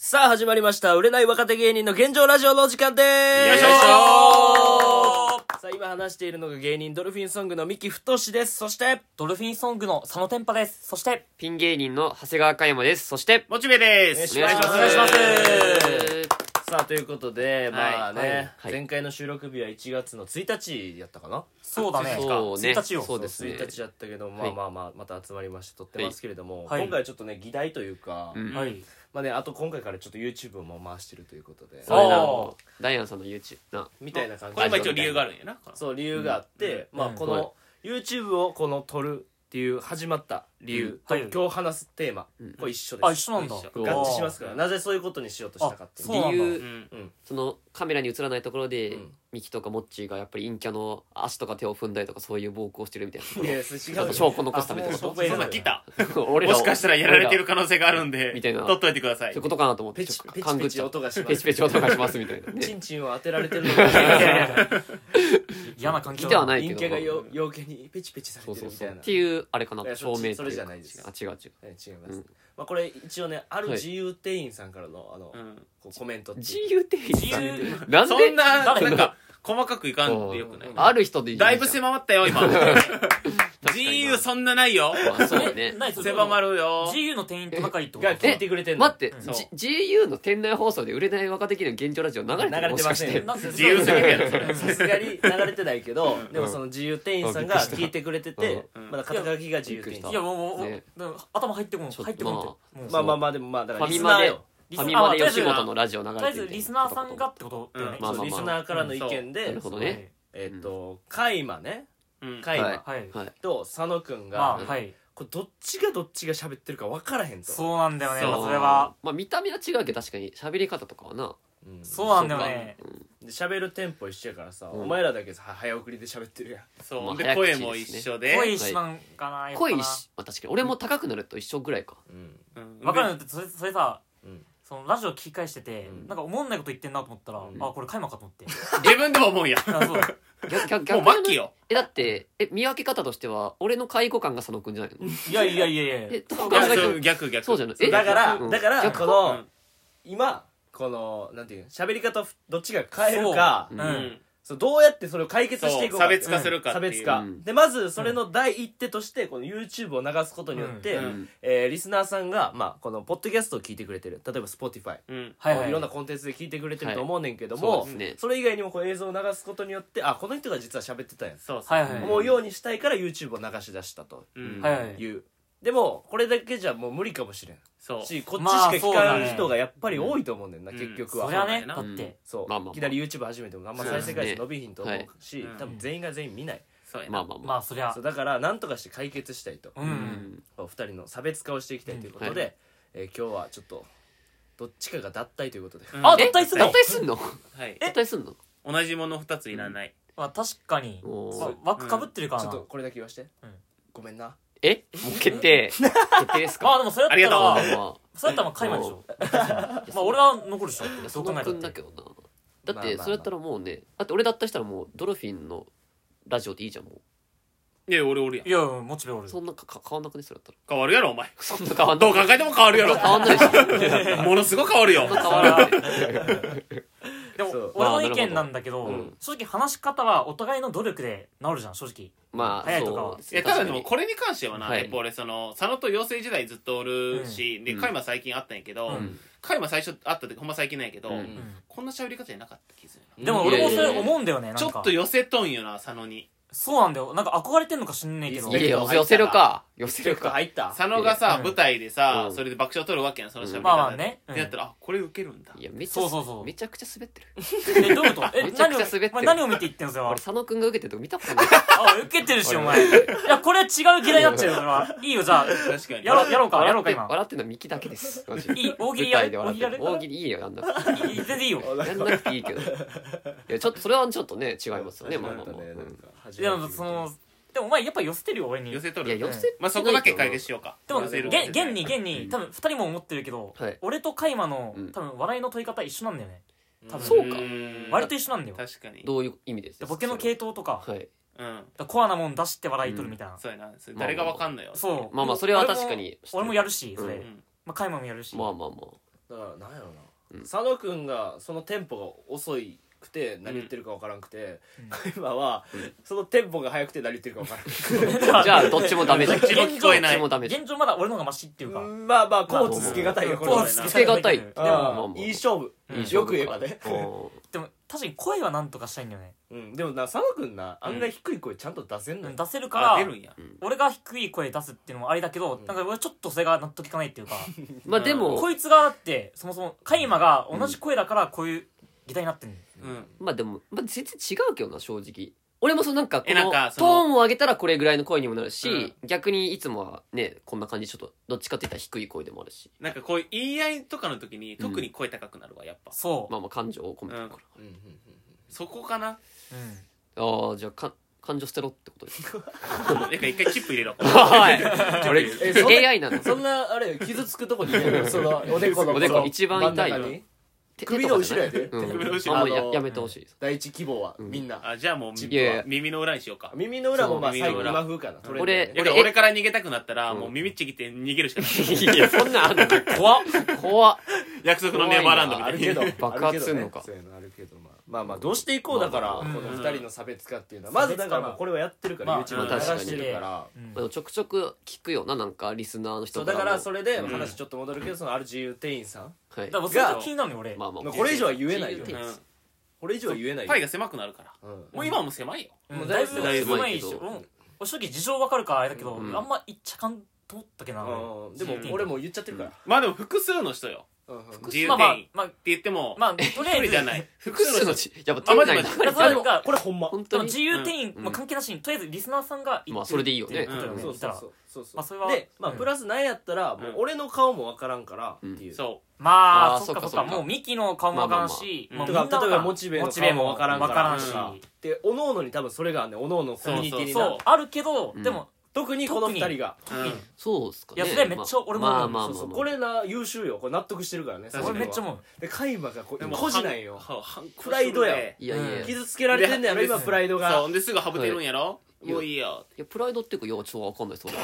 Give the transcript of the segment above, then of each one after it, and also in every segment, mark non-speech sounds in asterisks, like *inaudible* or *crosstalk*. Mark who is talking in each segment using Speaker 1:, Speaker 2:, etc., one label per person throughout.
Speaker 1: さあ始まりました売れない若手芸人の現状ラジオのお時間で
Speaker 2: よ
Speaker 1: ーす
Speaker 2: いしょ
Speaker 1: さあ今話しているのが芸人ドルフィンソングの三木太志ですそして
Speaker 3: ドルフィンソングの佐野天パです。そして、
Speaker 4: ピン芸人の長谷川香山です。そして、
Speaker 2: モチベです。
Speaker 1: お願いします
Speaker 4: お
Speaker 1: 願いします
Speaker 4: 願いし
Speaker 1: さあということで、まあね、
Speaker 4: はい
Speaker 1: 前回の収録日は1月の1日やったかな
Speaker 3: そうだね。
Speaker 4: そうね
Speaker 3: 1日を。
Speaker 4: そうですね
Speaker 1: 1日やったけど、ま
Speaker 4: は
Speaker 1: あ
Speaker 4: い
Speaker 1: まあまあまた集まりまして撮ってますけれども、
Speaker 3: はい
Speaker 1: 今回はちょっとね議題というか、
Speaker 4: うん
Speaker 3: はい。
Speaker 1: まあねあと今回からちょっと YouTube も回してるということで
Speaker 4: そうやな
Speaker 3: おー
Speaker 4: ダイアンさんの YouTube な。
Speaker 1: みたいな感じ
Speaker 2: これも一応理由があるんやな。
Speaker 1: そう理由があって、
Speaker 3: うん
Speaker 1: まあ
Speaker 3: うん
Speaker 1: こ
Speaker 4: はい
Speaker 1: の YouTube をこの撮るっていう始まった理由と、
Speaker 3: うんはい
Speaker 1: 今日話すテーマ、
Speaker 4: うん
Speaker 1: これ一緒です
Speaker 3: あ、一緒なんだ。
Speaker 2: 一
Speaker 1: 合
Speaker 2: 緒
Speaker 1: 致します
Speaker 3: か
Speaker 1: からなぜそういうことにしようとしたかっていう
Speaker 3: あ
Speaker 4: 理
Speaker 3: そう
Speaker 2: うん。
Speaker 4: 由、
Speaker 1: うん
Speaker 4: そのカメラに映らないところで、
Speaker 1: うん
Speaker 4: ミキとかモッチーがやっぱり陰キャの足とか手を踏んだりとかそういう暴行をしてるみたい
Speaker 1: *laughs* いや違う
Speaker 4: な。
Speaker 1: よ
Speaker 4: 証拠残すためとか。
Speaker 1: あそ
Speaker 4: そう
Speaker 2: そんなん来た。
Speaker 4: う俺ら
Speaker 2: も
Speaker 4: を
Speaker 2: しかしたらやられてる
Speaker 4: 俺
Speaker 2: 可能性があるんで、
Speaker 4: みたいな
Speaker 2: 取っといてください。
Speaker 4: そういうことかなと思って、
Speaker 1: ペ
Speaker 4: ち
Speaker 1: チ
Speaker 4: ょっ
Speaker 1: ペチ
Speaker 4: と勘ぐ
Speaker 1: ペ
Speaker 4: っち
Speaker 1: チ
Speaker 4: ゃう。
Speaker 1: 音がします
Speaker 4: ペチペチ音がしますみたいな。ね
Speaker 1: チンチンを当てられてるのかもしれない
Speaker 3: 嫌な環境
Speaker 4: 来ては *laughs* ない
Speaker 1: 陰
Speaker 4: け
Speaker 1: キャ
Speaker 4: ど
Speaker 1: がよ陽気にペチペチさ
Speaker 4: そ
Speaker 1: れ
Speaker 4: う
Speaker 1: て
Speaker 4: そ
Speaker 1: るみたい
Speaker 4: うそう。っ
Speaker 1: な
Speaker 4: ていう、あれかな、
Speaker 1: いやそ
Speaker 4: 証明っていうか
Speaker 1: それじゃないです
Speaker 4: あ、違う違う。
Speaker 1: はい違います、
Speaker 4: うん
Speaker 1: まあこれ一応ねある
Speaker 4: はい
Speaker 1: 自由店員さんからのあの、
Speaker 2: うん
Speaker 1: こうコメントっていう
Speaker 4: 自由定義
Speaker 2: 自由
Speaker 4: なんで
Speaker 2: そんな、
Speaker 3: 誰
Speaker 2: なんか、細かくいかんってよくない
Speaker 1: うん
Speaker 4: ある人でいいじゃん
Speaker 2: だいぶ狭まったよ、今。自由そんなないよ。
Speaker 4: まあそ
Speaker 2: *laughs*
Speaker 4: うね。
Speaker 3: ないそれ
Speaker 2: 狭まるよ。
Speaker 3: GU の店員と仲いいってこと
Speaker 1: が
Speaker 3: か
Speaker 1: 聞いてくれてるの
Speaker 4: 待って、
Speaker 2: そう
Speaker 4: G、GU の店内放送で売れない若手の現状ラジオ流れてる
Speaker 1: 流れてませんよ
Speaker 3: なんで
Speaker 2: 自由す
Speaker 1: *laughs*
Speaker 2: ぎるやろ、それ。
Speaker 1: さすがに流れてないけど、でもその自由店員さんが聞いてくれてて、
Speaker 2: うん
Speaker 1: まだ肩書きが自由店員さん
Speaker 3: いや、もう、もう、
Speaker 4: ね
Speaker 3: もう頭入ってこん、
Speaker 4: ちょっと
Speaker 3: 入ってこんって。もう
Speaker 1: まあまあまあでもまあだか
Speaker 4: フ
Speaker 1: ら
Speaker 4: ァ
Speaker 1: リ
Speaker 4: ミ
Speaker 1: スナ
Speaker 4: マ
Speaker 1: ー
Speaker 4: で、
Speaker 1: よ
Speaker 4: ファミマで
Speaker 3: リス
Speaker 4: 吉本のラジオ流れて
Speaker 3: と
Speaker 4: る
Speaker 3: りあえず、リスナーさんがってことだよね。
Speaker 2: ま
Speaker 4: あまあまあ
Speaker 1: リスナーからの意見
Speaker 4: な
Speaker 1: で
Speaker 4: るほどね。
Speaker 1: えっと海馬ね
Speaker 2: うん
Speaker 1: 海
Speaker 4: はい
Speaker 1: 馬
Speaker 3: はい。
Speaker 4: はい。
Speaker 1: と佐野くん
Speaker 3: まあ、
Speaker 1: が
Speaker 3: はい。
Speaker 1: これどっちがどっちが喋ってるか分からへんと
Speaker 3: そうなんだよね、
Speaker 2: そう
Speaker 3: まあそれは。。
Speaker 4: まあ見た目は違うけど確かに喋り方とかはな。
Speaker 1: うん
Speaker 3: そうなんだよね。
Speaker 1: で喋るテンポ一緒やからさ
Speaker 4: うん
Speaker 1: お前らだけさ早送りで喋ってるやん
Speaker 2: そ
Speaker 4: ま
Speaker 2: う。
Speaker 4: あ
Speaker 2: で、
Speaker 4: 早口
Speaker 2: 声
Speaker 4: ですね
Speaker 2: も一緒で。
Speaker 3: 恋一番かな、やっぱ
Speaker 4: 濃
Speaker 3: な
Speaker 4: いし、まあ確かに俺も高くなると一緒ぐらいか。
Speaker 1: うん
Speaker 2: うん
Speaker 3: わかるのって、それ、それさ、
Speaker 1: うん
Speaker 3: そのラジオ聞き返してて、
Speaker 1: うん
Speaker 3: なんか思んないこと言ってんなと思ったら、
Speaker 1: うん
Speaker 3: あこれ開幕かと思って
Speaker 2: 自分でも思うんや。
Speaker 3: あそう
Speaker 4: 逆逆
Speaker 2: もう
Speaker 4: 逆
Speaker 2: 末期よ。
Speaker 4: え、だって、え、見分け方としては、俺の介護感が佐野くんじゃないの
Speaker 3: いやいやいやいや
Speaker 4: え、どう
Speaker 2: い
Speaker 4: 考
Speaker 2: や
Speaker 4: えて
Speaker 2: そう
Speaker 4: も。
Speaker 2: 逆逆。
Speaker 4: そうじゃないえ
Speaker 1: だから
Speaker 4: うん
Speaker 1: だから
Speaker 4: 逆
Speaker 1: こ
Speaker 2: う
Speaker 1: の
Speaker 2: ん
Speaker 1: 今このなんていうの喋り方どっちが変えるか
Speaker 4: そう
Speaker 3: うん、
Speaker 4: う
Speaker 1: そうどうやってそれを解決していく
Speaker 2: そう、
Speaker 1: のかっ
Speaker 2: 差
Speaker 1: ていう
Speaker 2: 別化するかって
Speaker 1: 差
Speaker 2: いう。
Speaker 1: 別化、
Speaker 4: うん
Speaker 1: でまずそれの第一手としてこの YouTube を流すことによって、
Speaker 2: うん
Speaker 4: うん
Speaker 1: えーリスナーさんが、まあ、このポッドキャストを聞いてくれてる例えば Spotify
Speaker 2: うん。
Speaker 3: はいはい
Speaker 1: いろんなコンテンツで聞いてくれてると思うねんけど
Speaker 4: はい
Speaker 1: も、
Speaker 4: そうですね
Speaker 1: それ以外にもこう映像を流すことによってあこの人が実は喋ってたんや
Speaker 2: そうそう。
Speaker 3: はいはい
Speaker 1: 思うようにしたいから YouTube を流し出したと
Speaker 2: うん
Speaker 3: はいはい
Speaker 1: いう、でもこれだけじゃもう無理かもしれん
Speaker 2: そう。
Speaker 1: しこっちしか聞
Speaker 3: まあ
Speaker 1: か
Speaker 3: そうだ
Speaker 1: ん
Speaker 3: ね
Speaker 1: 人がやっぱり多いと思うねんな、
Speaker 2: うん
Speaker 1: 結局は、
Speaker 3: そりゃね
Speaker 2: そうだ
Speaker 3: だ
Speaker 2: よ
Speaker 3: っ
Speaker 4: な
Speaker 3: て、
Speaker 1: そう、
Speaker 4: まあまあまあ
Speaker 1: いきなり YouTube 始めてもあんま再生回数伸びひんと思うし、
Speaker 2: そうですね
Speaker 1: 多分全員が全員見ない、
Speaker 2: そうや
Speaker 4: まあ
Speaker 2: な。
Speaker 4: まあま
Speaker 3: ま
Speaker 4: あ。
Speaker 3: あそりゃ
Speaker 1: そうだからなんとかして解決したいと、
Speaker 3: うん、
Speaker 4: う
Speaker 1: お二人の差別化をしていきたいということで、
Speaker 4: うんは
Speaker 1: えー今日はちょっとどっちかが脱退ということで、
Speaker 2: うん
Speaker 3: あ
Speaker 4: え
Speaker 3: 脱退すんの
Speaker 4: 脱退すんの
Speaker 2: はい。
Speaker 4: 脱退すんの
Speaker 2: 同じもの二ついらない。
Speaker 3: まあ、確かに
Speaker 4: おー
Speaker 3: わ枠かぶってるから
Speaker 1: ちょ
Speaker 3: な、
Speaker 1: っとこれだけ言わして、
Speaker 3: うん
Speaker 1: ごめんな
Speaker 4: えもう決定。決定です
Speaker 3: まあ
Speaker 4: か
Speaker 3: でもそれやった
Speaker 2: あ
Speaker 4: ま
Speaker 2: り
Speaker 4: あ
Speaker 3: ら
Speaker 4: まあ
Speaker 3: それやったらまあ開幕でしょ
Speaker 4: いや
Speaker 3: まあ俺は残るでしょ
Speaker 4: いや
Speaker 3: ど
Speaker 4: そう
Speaker 3: 考
Speaker 4: の
Speaker 3: えた
Speaker 4: く
Speaker 3: っ
Speaker 4: んだ
Speaker 3: て
Speaker 4: けどなだっ
Speaker 1: まあまあ
Speaker 4: て
Speaker 1: まあ
Speaker 4: それやったらもうねだって俺だったしたらもうドルフィンのラジオでいいじゃんも
Speaker 2: いや、俺おるやん
Speaker 3: い。やモチベおる
Speaker 4: うそんなかか変わんなくねそれだったら *laughs*
Speaker 2: 変わるやろ、お前。
Speaker 4: そんな変わんな
Speaker 2: ど
Speaker 3: *laughs*
Speaker 4: いう
Speaker 2: 考えても変わるやろ。
Speaker 4: 変わんないでしょ
Speaker 2: *laughs* ものすごく変わるよ。
Speaker 4: 変わらない
Speaker 3: でも
Speaker 1: そう
Speaker 3: 俺の意見なんだけど,、
Speaker 4: まあなるほどうん
Speaker 3: 正直話し方はお互いの努力で治るじゃん正直
Speaker 4: まあ
Speaker 3: 早いとかは
Speaker 4: そうです
Speaker 2: い
Speaker 4: ね
Speaker 2: やただ
Speaker 4: 確
Speaker 2: で
Speaker 4: か
Speaker 2: も
Speaker 4: に
Speaker 2: これに関してはな、
Speaker 4: はい
Speaker 2: やっぱ俺その佐野と養成時代ずっとおるし、で
Speaker 4: うん
Speaker 2: 加山最近あったんやけど
Speaker 3: うん
Speaker 2: 加山、最初あった時ほんま最近なんやけど、
Speaker 4: うん
Speaker 3: ん
Speaker 2: こんな喋り方じゃなかった気づいた
Speaker 3: でも俺もそ
Speaker 4: いやい
Speaker 3: れ
Speaker 4: やいや
Speaker 3: 思うんだよねなんか
Speaker 2: ちょっと寄せとんよな佐野に
Speaker 3: そうなんだよなんか憧れてんのか知んねえけど
Speaker 1: いや
Speaker 4: いや寄せるか寄せる
Speaker 1: 結構
Speaker 4: か
Speaker 1: 入った
Speaker 2: 佐野がさ、
Speaker 3: うん
Speaker 2: 舞台でさ、
Speaker 4: うん
Speaker 2: それで爆笑取るわけやんその喋り方で、
Speaker 4: うん
Speaker 3: まあまあねうん
Speaker 2: ってやったらあこれウケるんだ
Speaker 4: いやめちゃ
Speaker 3: そうそうそう
Speaker 4: めちゃくちゃ滑ってる
Speaker 3: えどういうことえ
Speaker 4: めちゃく
Speaker 3: 何を
Speaker 4: ちゃ滑ってる
Speaker 3: お前何を見て言ってんのそれは
Speaker 4: 俺佐野くんが受けてるとこ見たこと
Speaker 3: *laughs*
Speaker 4: ない
Speaker 3: あ受けてるしお前いやこれは違う嫌いになっちゃうよそれはいいよじゃあ
Speaker 2: 確かに
Speaker 3: やろうやろうかやろ
Speaker 4: 笑っ
Speaker 3: うか
Speaker 4: て
Speaker 3: 今
Speaker 4: 笑ってるのはミキだけですマジで
Speaker 3: いい大喜
Speaker 4: 舞
Speaker 3: 利や
Speaker 4: 台
Speaker 3: る
Speaker 4: で笑って
Speaker 3: 大喜利や
Speaker 4: る
Speaker 3: る
Speaker 4: 大喜利いいよやんなく
Speaker 3: いい全然いいよ
Speaker 4: てやんなくていいけどいやちょっとそれはちょっとね違います
Speaker 3: *laughs*
Speaker 4: よねまあまあまあ
Speaker 1: ねなんか
Speaker 3: いやでもそのでもお前やっぱ寄せてるよ俺に
Speaker 2: 寄せと
Speaker 4: うん
Speaker 2: る
Speaker 4: いや寄せ
Speaker 2: まあそこだけ解決しようか
Speaker 3: でも
Speaker 2: 寄
Speaker 3: 現
Speaker 2: せる
Speaker 3: 現に現に多分二人も思ってるけど
Speaker 4: はい
Speaker 3: 俺とカイマの
Speaker 4: うん
Speaker 3: 多分笑いの取り方一緒なんだよね多分
Speaker 4: そうか
Speaker 2: ん
Speaker 3: 割と一緒なんだよ
Speaker 2: 確かに
Speaker 4: どういう意味です
Speaker 3: でボケの系統とかだか
Speaker 4: はい
Speaker 2: うん
Speaker 3: らコアなもん出して笑い取るみたいな
Speaker 2: そうやなそれ誰がわかんのよ、
Speaker 3: そう
Speaker 4: まあまあそれは
Speaker 3: 俺も
Speaker 4: 確かに
Speaker 3: 俺もやるしそ
Speaker 4: うん
Speaker 3: れまあカイマもやるし
Speaker 4: まあまあまあ
Speaker 1: だからなんやろな、佐野くんがそのテンポが遅いくて何言ってるか分からんくて、今はそのテンポが速くて何言ってるか分からん *laughs*
Speaker 4: じゃあどっちもダメじゃん
Speaker 2: どっちも聞こえない
Speaker 4: どっちもダメじゃん
Speaker 3: 現状まだ俺の方がマシっていうか、
Speaker 1: うんまあまあコーツつけがたいよこれは
Speaker 3: コーツ
Speaker 1: な
Speaker 3: つ
Speaker 4: つけがたい
Speaker 3: うん
Speaker 1: う
Speaker 4: で
Speaker 1: ん
Speaker 4: もまあまあ
Speaker 1: いい勝負
Speaker 3: うん
Speaker 1: よく言えばね、
Speaker 4: う
Speaker 3: でも確かに声はなんとかしたいんだよね、
Speaker 1: うん、でもな佐野くんなあんな低い声ちゃんと出せんの
Speaker 3: う
Speaker 1: よ
Speaker 3: ん、出せるか
Speaker 2: あ
Speaker 3: ら
Speaker 2: 出るんや
Speaker 3: 俺が低い声出すっていうのもありだけど、なんか俺ちょっとそれが納得いかないっていうか
Speaker 4: んまあで
Speaker 3: こ
Speaker 4: も
Speaker 3: いつがだってそもそもカイマが同じ声だからこういう擬態になってんの、
Speaker 2: うん
Speaker 4: まあでもまあ全然違うけどな正直俺もそのなんかこ
Speaker 2: えなん
Speaker 4: の
Speaker 2: かそ
Speaker 4: トー
Speaker 2: の
Speaker 4: ンを上げたらこれぐらいの声にもなるし逆にいつもはねこんな感じちょっとどっちかって言ったら低い声でもあるし
Speaker 2: なんかこういう言い合いとかの時に特に声高くなるわやっぱ、
Speaker 3: そう、
Speaker 4: まあまあ感情を込めてるから
Speaker 1: うんうんうん
Speaker 2: そこか
Speaker 4: *laughs*
Speaker 2: な
Speaker 3: うん
Speaker 4: ああじゃあか感情捨てろってことです
Speaker 2: *laughs*
Speaker 4: か
Speaker 2: なんか一回チップ
Speaker 4: *laughs*
Speaker 2: 入れろ
Speaker 4: はい
Speaker 1: *laughs* えそんな
Speaker 4: 俺 AI なの
Speaker 1: そんなあれよ傷つくとこにねそのおでこの
Speaker 4: おでこ
Speaker 1: その
Speaker 4: 一番痛い
Speaker 1: 真ん中に
Speaker 4: 手
Speaker 1: 首の後ろや
Speaker 4: 手
Speaker 1: で
Speaker 4: とかじゃない
Speaker 2: 首の
Speaker 4: う
Speaker 2: 後
Speaker 4: ん
Speaker 2: ろ
Speaker 4: あんまや
Speaker 1: あの
Speaker 4: やめてほしいです
Speaker 1: 第一希望は
Speaker 4: うん
Speaker 1: みんな
Speaker 2: あじゃあもう
Speaker 4: いやいや
Speaker 2: 耳の裏にしようか
Speaker 1: 耳の裏もまあ
Speaker 2: そう
Speaker 1: 最後
Speaker 2: 耳の裏
Speaker 1: 今風かなトレンド
Speaker 4: 俺
Speaker 1: やね
Speaker 2: いやだから俺から逃げたくなったら、もう耳ちぎって逃げるしかない
Speaker 4: いやそんなんあんの
Speaker 3: 怖っ
Speaker 4: 怖っ
Speaker 2: *laughs* 約束のネバーランドみ
Speaker 1: あ
Speaker 2: たい
Speaker 1: る
Speaker 2: に
Speaker 1: *laughs* けど
Speaker 4: 爆発すんのか
Speaker 1: あけどねそういうのあるけどまあまあまあどうしていこうだからこ
Speaker 3: まあ
Speaker 1: の
Speaker 3: うん
Speaker 1: 2人の差別化っていうのはまずだからもうこれはやってるから
Speaker 3: まあ
Speaker 1: YouTube に流してるから
Speaker 3: うん
Speaker 4: まあでもちょくちょく聞くよななんかリスナーの
Speaker 1: そ
Speaker 4: 人
Speaker 1: うだからそれ
Speaker 4: れ
Speaker 1: で話ちょっと戻るけどその RGU 店員さん
Speaker 4: はい
Speaker 3: だからそれが気になるのよ俺、
Speaker 4: まあまあ
Speaker 1: まあこれ以上は言えないよ
Speaker 4: 自由
Speaker 2: う
Speaker 4: 転
Speaker 2: ん
Speaker 4: 出
Speaker 1: これ以上は言えないよ
Speaker 2: パイが狭くなるから、
Speaker 1: うん
Speaker 2: もう今はもう狭いよ
Speaker 3: うん
Speaker 1: もう
Speaker 3: だ
Speaker 1: だい
Speaker 3: い
Speaker 1: ぶ
Speaker 3: ぶ
Speaker 2: だいぶ
Speaker 3: うまいし
Speaker 4: うまいけど
Speaker 3: うん正直事情わかるからあれだけど、
Speaker 4: うん
Speaker 3: あんま言っちゃかんと思ったけどな、俺
Speaker 1: うんでも俺もう言っちゃってるから
Speaker 2: まあでも複数の人よ
Speaker 1: うんうん
Speaker 2: 自由
Speaker 3: まあまあ
Speaker 2: 店員って
Speaker 3: まあ
Speaker 2: 言っても、
Speaker 3: まあとり
Speaker 2: 一
Speaker 3: あえ
Speaker 2: 人
Speaker 3: ず
Speaker 2: じゃ
Speaker 3: *laughs*
Speaker 2: ない
Speaker 4: 複数のちやっぱ
Speaker 2: あ
Speaker 4: 店
Speaker 2: マジ
Speaker 4: 内
Speaker 2: マジ
Speaker 4: 流れ
Speaker 1: あ
Speaker 4: て
Speaker 3: だからそ
Speaker 1: で
Speaker 3: れ
Speaker 1: も
Speaker 3: が
Speaker 1: これほんま
Speaker 4: *laughs* 本
Speaker 3: でも
Speaker 4: 当に
Speaker 3: 自由店員、
Speaker 4: うん
Speaker 3: まあ、関係なしにとりあえずリスナーさんが
Speaker 4: まあそれでいいよね
Speaker 3: 言ってる
Speaker 2: うん
Speaker 3: って
Speaker 1: そ
Speaker 3: こ
Speaker 1: う
Speaker 3: とだよね言
Speaker 1: そうそうそう
Speaker 3: ったら
Speaker 1: そう
Speaker 3: まあそれは
Speaker 1: でまあ
Speaker 3: うん
Speaker 1: プラス何やったらもう俺の顔もわからんからっていう
Speaker 2: そ
Speaker 3: まあ
Speaker 4: あー
Speaker 3: そっかそっ
Speaker 4: そっ
Speaker 3: か
Speaker 4: かそっか
Speaker 3: もうミキの顔もわからんし、
Speaker 2: まあ
Speaker 1: と
Speaker 2: ま
Speaker 1: か
Speaker 3: みんなわ
Speaker 1: 例え
Speaker 3: らん
Speaker 1: ばモチベの
Speaker 3: モチベ
Speaker 1: 顔も
Speaker 3: も
Speaker 1: わ
Speaker 3: わ
Speaker 1: か
Speaker 3: から
Speaker 1: ん
Speaker 3: らん
Speaker 1: か
Speaker 3: からら
Speaker 2: んし
Speaker 1: でおのおのに多分それがねおのおのコミュニティにな
Speaker 3: そ
Speaker 1: る
Speaker 3: うあるけど、
Speaker 4: うん
Speaker 3: でも
Speaker 1: 特にこの2人が
Speaker 2: う、うん
Speaker 4: そうっすかね
Speaker 3: いやそれめっちゃ俺も思う
Speaker 4: まあまあまあ
Speaker 1: そうそ
Speaker 4: まあ
Speaker 1: う
Speaker 4: まあ
Speaker 1: これな優秀よこれ納得してるからね
Speaker 2: 確か
Speaker 3: 俺
Speaker 2: に
Speaker 3: めっちゃ思う
Speaker 1: で海馬がこ
Speaker 2: で
Speaker 1: う
Speaker 2: も
Speaker 1: 孤児なんよ
Speaker 2: はは
Speaker 1: プライドや
Speaker 4: いやいやいや
Speaker 1: 傷つけられてんねやろ
Speaker 2: いや
Speaker 1: 今プライド
Speaker 2: そ
Speaker 1: が
Speaker 2: うですぐハブてるんやろ、
Speaker 4: い
Speaker 2: もういいよ
Speaker 4: いやプライドっていうかいやちょっとわかんないその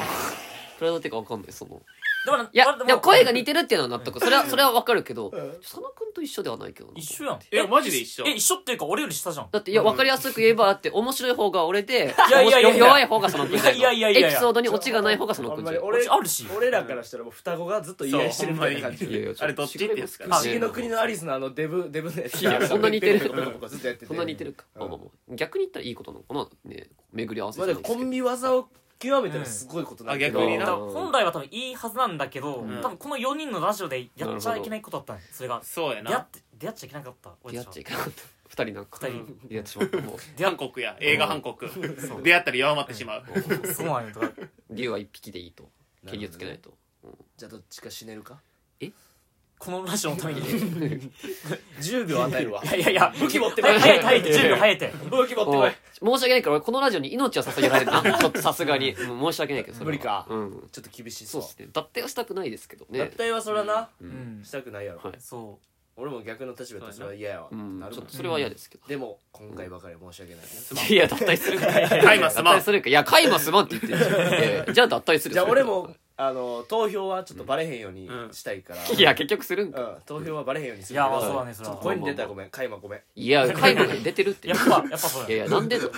Speaker 4: プライドっていうかわかんないその
Speaker 3: だから
Speaker 4: いや
Speaker 3: 俺
Speaker 4: でも声が似て
Speaker 3: て
Speaker 4: るっていうのは納得それはそれはわかるけど
Speaker 1: ん
Speaker 4: 佐野くんと一緒ではないけどな
Speaker 3: 一緒やん
Speaker 2: いやマジで一緒
Speaker 3: え一緒っていうか俺より下じゃん
Speaker 4: だっていやわかりやすく言えばだって面白い方が俺で
Speaker 3: いやいやいやいや
Speaker 4: よ弱い方が佐野くんじゃん
Speaker 3: いやいやいやいや
Speaker 4: エピソードにオチがない方が佐野
Speaker 1: あ
Speaker 4: く
Speaker 1: ん
Speaker 4: ん
Speaker 1: ま
Speaker 4: じ
Speaker 1: り
Speaker 4: ゃん
Speaker 1: 俺
Speaker 3: あるし
Speaker 1: 俺らからしたらもう双子がずっと言い合いしてるみたいな感じ
Speaker 2: そう
Speaker 1: 不
Speaker 2: ほんまに
Speaker 4: いやいや
Speaker 2: あれどっちってやつか
Speaker 4: 違いま
Speaker 3: あ
Speaker 1: 思議の国のアリスのあのデブデブのやつ
Speaker 4: いやそんな似てる
Speaker 1: ペコペコペコペコずっとやってて
Speaker 4: そんな似てるか、
Speaker 1: うん
Speaker 4: まあまあまあ逆に言ったらいいことなのかなね巡り合わせ
Speaker 1: まあ
Speaker 4: じゃ
Speaker 1: だ
Speaker 4: な
Speaker 1: から
Speaker 4: いです
Speaker 1: コ
Speaker 4: け
Speaker 1: ンビ技
Speaker 4: ど
Speaker 1: を極めたらすごいことなんだけど、
Speaker 2: うんあ逆に
Speaker 3: だ
Speaker 2: な
Speaker 3: から本来は多分いいはずなんだけど、
Speaker 2: ん
Speaker 3: 多分この4人のラジオでやっちゃいけないことだったねそれが
Speaker 2: そうや
Speaker 3: 出会っ
Speaker 2: な
Speaker 3: て出会っちゃいけなかった俺
Speaker 4: 出
Speaker 3: た
Speaker 4: 会っ
Speaker 3: ちは
Speaker 4: ちゃいけなかった二人なんか
Speaker 3: 二人
Speaker 4: 出会ってしまったも
Speaker 2: 韓国や映画韓国 *laughs* 出会ったら弱まってしまう、
Speaker 4: う
Speaker 3: そうなんやとか
Speaker 4: 竜は一匹でいいと蹴りをつけないと、
Speaker 1: じゃあどっちか死ねるか
Speaker 3: このラジオのため
Speaker 4: *laughs*
Speaker 3: にい
Speaker 1: 10秒与えるわ
Speaker 3: やいやいや
Speaker 1: 武器持ってこい
Speaker 3: 早い早い早いって10秒早いって
Speaker 1: 武器持って
Speaker 4: お
Speaker 1: こ
Speaker 4: う
Speaker 1: い
Speaker 4: 申し訳ないから俺このラジオに命は捧げられるなちょっとさすがに、うん申し訳ないけどそれ
Speaker 1: 無
Speaker 4: は
Speaker 1: 理か
Speaker 4: うん
Speaker 1: ちょっと厳しい
Speaker 4: そう
Speaker 1: そう
Speaker 4: ですね脱退はしたくないですけどね
Speaker 1: 脱退はそれはな、
Speaker 4: う、
Speaker 3: うんん
Speaker 1: したくないやろ、
Speaker 4: はい
Speaker 3: そ
Speaker 1: 俺も逆の立場やったらそれは嫌やわ、
Speaker 4: うん
Speaker 1: なる
Speaker 4: ち
Speaker 1: も
Speaker 4: ょっ
Speaker 1: ん
Speaker 4: とそれは嫌ですけど、
Speaker 1: でも今回ばかりは申し訳ない、
Speaker 4: いや脱退するか
Speaker 2: カイマすまん
Speaker 4: *laughs* 脱退するかいや開幕すまんって言ってるじゃんいやいやじゃあ脱退する
Speaker 1: じゃあ
Speaker 4: それ
Speaker 1: 俺もあの投票はちょっとバレへんように
Speaker 2: うん
Speaker 1: したいから、
Speaker 4: いや結局するん
Speaker 1: う
Speaker 4: か
Speaker 1: ん、投票はバレへんようにする
Speaker 3: いやまあ
Speaker 4: そうだ
Speaker 3: ねそ
Speaker 1: ちょ
Speaker 3: れは
Speaker 1: っと声に出たらごめんカイマごめん
Speaker 4: いや開幕に出てるっ
Speaker 3: う
Speaker 4: て
Speaker 3: やっぱやっぱそう
Speaker 4: いやい
Speaker 3: だよ
Speaker 4: やなんでの
Speaker 3: いや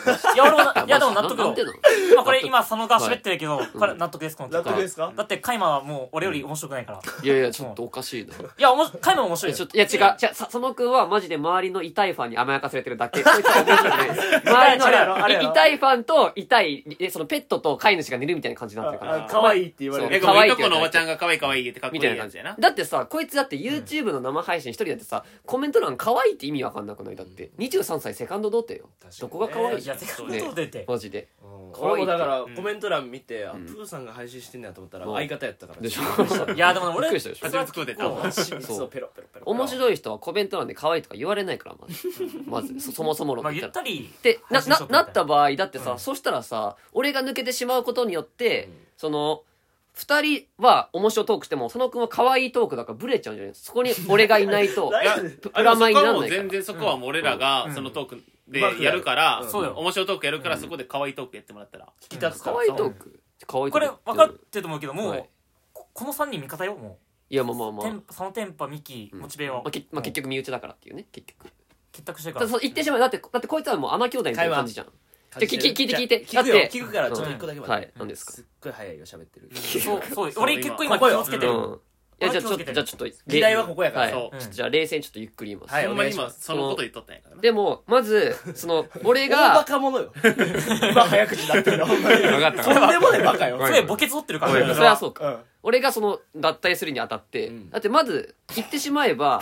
Speaker 3: 俺もないやでも納得
Speaker 4: なんで
Speaker 3: よ
Speaker 4: の
Speaker 3: 今これ今佐野が喋ってるけどこれ納得ですこの
Speaker 1: 納
Speaker 3: 結果
Speaker 1: 得ですか
Speaker 3: だってカイマはもう俺より面白くないから
Speaker 4: いやいやちょっとおかしいな
Speaker 3: いやおもカイマも面白い
Speaker 4: ちょ
Speaker 3: よ
Speaker 4: っといや違う違うさ佐野くんはマジで周りの痛いファンに甘やかされてるだけこいつは面白くないです周りの
Speaker 1: あれやろあれやろ
Speaker 4: い痛いファンと痛いえそのペットと飼い主が寝るみたいな感じになってるから
Speaker 1: あ可愛いって言われる
Speaker 2: え
Speaker 4: そ
Speaker 2: このいとこのおばちゃんが可愛い可愛い言ってかっこい
Speaker 4: み
Speaker 2: い
Speaker 4: たいな
Speaker 2: や
Speaker 4: 感
Speaker 2: つ
Speaker 4: じ
Speaker 2: やな
Speaker 4: だってさこいつだって YouTube の生配信一人だってさコメント欄可愛いって意味わかんなくないだって23歳セカンド童貞よ
Speaker 1: 確かにね
Speaker 4: どこが可愛い
Speaker 3: いや
Speaker 4: じゃん
Speaker 3: セカンド出て
Speaker 4: マジで
Speaker 1: うん
Speaker 4: 可愛い
Speaker 1: 俺もだから
Speaker 2: うん
Speaker 1: コメント欄見て、あプーさんが配信してんねやと思ったら
Speaker 4: うん
Speaker 1: 相方やったから
Speaker 4: でしょ
Speaker 3: いやでも
Speaker 4: びっく
Speaker 3: 俺
Speaker 4: りしたでしょ
Speaker 3: それは結構
Speaker 2: 蜂蜜食うて
Speaker 1: 蜂蜜をペロペロペロ
Speaker 4: 面
Speaker 1: い
Speaker 4: 白い人はコメント欄で可愛いとか言われないからまずまずそそもそも論
Speaker 3: まあ
Speaker 4: 言った
Speaker 3: ゆ
Speaker 4: ら
Speaker 3: ったり
Speaker 4: でな
Speaker 3: 配信
Speaker 4: な
Speaker 3: しようと
Speaker 4: な
Speaker 3: 思
Speaker 4: った場合だってさ、
Speaker 3: うん
Speaker 4: そしたらさ俺が抜けてしまうことによっ
Speaker 1: う
Speaker 4: て、
Speaker 1: ん
Speaker 4: その2人は面白いトークしても佐野くんは可愛いトークだからブレちゃうんじゃないそこに俺がいない
Speaker 3: *laughs*
Speaker 4: と
Speaker 1: ない
Speaker 4: ププラマイにな
Speaker 2: あ
Speaker 4: ん
Speaker 2: のそこはも
Speaker 4: な
Speaker 2: う
Speaker 4: いから
Speaker 2: 全然そこはもう俺らが
Speaker 3: うん
Speaker 2: そのトークでやるから、
Speaker 1: うん
Speaker 3: そうよ
Speaker 2: 面白いトークやるからそこで可愛いトークやってもらったら、
Speaker 1: 引き立つから
Speaker 4: 可愛いトーク可愛いトーク
Speaker 3: これ分かってると思うけども
Speaker 4: は
Speaker 3: う
Speaker 4: い
Speaker 3: ここの3人味方よも
Speaker 4: いやまあまあまあ
Speaker 3: テンそのテンパミキモチベ
Speaker 4: ま
Speaker 3: を
Speaker 4: あけまあ結局身内だからっていうね結局
Speaker 3: 結託してる
Speaker 4: た
Speaker 3: か
Speaker 4: だそ
Speaker 3: ら
Speaker 4: う言ってしまえばだってだってこいつはもう天兄弟みたいな感じじゃん
Speaker 1: 感じてる
Speaker 4: 聞き聞いて聞いて
Speaker 1: じゃあ聞く
Speaker 4: だっ
Speaker 1: よ
Speaker 4: て
Speaker 1: 聞くからちょっと一個だけ待っ
Speaker 4: は
Speaker 1: て
Speaker 4: い何ですか
Speaker 1: すっごい早いよ喋ってる
Speaker 3: そうそう
Speaker 1: そう
Speaker 3: 俺結構今
Speaker 1: 今
Speaker 3: 気をつけ
Speaker 4: う
Speaker 3: て
Speaker 4: ん
Speaker 3: る、
Speaker 4: いやじゃあちょっ
Speaker 3: 気を
Speaker 4: と
Speaker 3: つけて
Speaker 4: じゃあちょっと
Speaker 1: 議題はここやから
Speaker 4: い
Speaker 2: そうう、
Speaker 3: ん
Speaker 4: ちょっとじゃあ冷静にちょっとゆっくり言います
Speaker 1: はい
Speaker 2: ほんまに今そのこと言っとったんやからな
Speaker 4: でもまずその俺
Speaker 1: 大
Speaker 3: *laughs*
Speaker 1: バ
Speaker 4: が
Speaker 1: カ者よ今早口になってるのほんまに
Speaker 5: 分かった
Speaker 1: とんでもないバカよ
Speaker 5: ごめ
Speaker 3: す
Speaker 5: ん
Speaker 3: ごい墓穴掘ってるから
Speaker 5: ごめん
Speaker 4: そ
Speaker 3: 俺
Speaker 4: れはそうか
Speaker 1: うん
Speaker 4: 俺がその脱退するにあたって、
Speaker 1: うん
Speaker 4: だってまず言ってしまえば、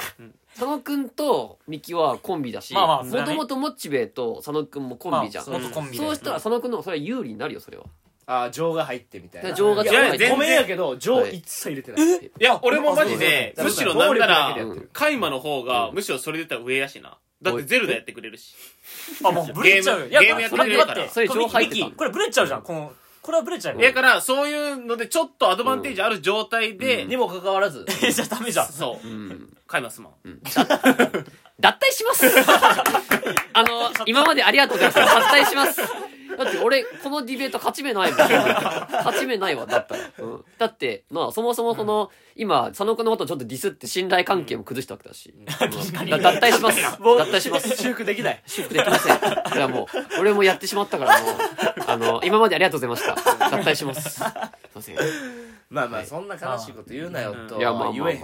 Speaker 4: 佐野くんとミキはコンビだし
Speaker 3: まあまあ
Speaker 4: もともとモッチベと佐野くんもコンビじゃん、
Speaker 3: まあ元コンビで
Speaker 4: そうしたら佐野くんの方がそれは有利になるよそれは
Speaker 1: ああ情が入ってみたいな
Speaker 4: だから情が
Speaker 1: いや
Speaker 4: 情が入
Speaker 2: って
Speaker 1: ごめんやけど情
Speaker 4: はい
Speaker 1: 一切入れてない
Speaker 2: いや俺もマジで
Speaker 1: そう
Speaker 2: む
Speaker 1: そ
Speaker 2: し
Speaker 1: う
Speaker 2: ろなんな
Speaker 1: 暴力だけでや
Speaker 2: ら
Speaker 1: ってる
Speaker 2: カイマの方がむしろそれで言ったら上やしなだってゼルダやってくれるし
Speaker 3: あもうブレちゃうよい
Speaker 2: ゲームやって
Speaker 4: く
Speaker 3: これ
Speaker 4: れる
Speaker 3: だ
Speaker 4: か
Speaker 3: っ
Speaker 4: ら
Speaker 3: て
Speaker 4: それ情入ってた
Speaker 3: ミキこれブレちゃうじゃんこのこれはブレちゃうよ
Speaker 2: だからそういうのでちょっとアドバンテージある状態で
Speaker 1: にもかかわらず
Speaker 3: えじゃあ *laughs* ダメじゃん
Speaker 2: *laughs* そう
Speaker 4: うん
Speaker 2: カイマすまん
Speaker 4: 脱退します *laughs* あの今までありがとうございました脱退しますだって俺このディベート勝ち目ないもん勝ち目ないわだったら、うんだってまあそもそもその、今佐野くんのことをちょっとディスって信頼関係も崩したわけだし、うんだ脱退し
Speaker 1: *laughs*
Speaker 4: ます脱退します
Speaker 1: 修復できない
Speaker 4: シュッできません。それはもう、俺もやってしまったから、もう、あの、今までありがとうございました。脱退します。すいません。い
Speaker 1: まあま
Speaker 4: は
Speaker 1: あ
Speaker 4: い
Speaker 1: そんな悲しいこと言うなよと
Speaker 4: や、まあまあ、
Speaker 1: は言
Speaker 4: ま
Speaker 1: え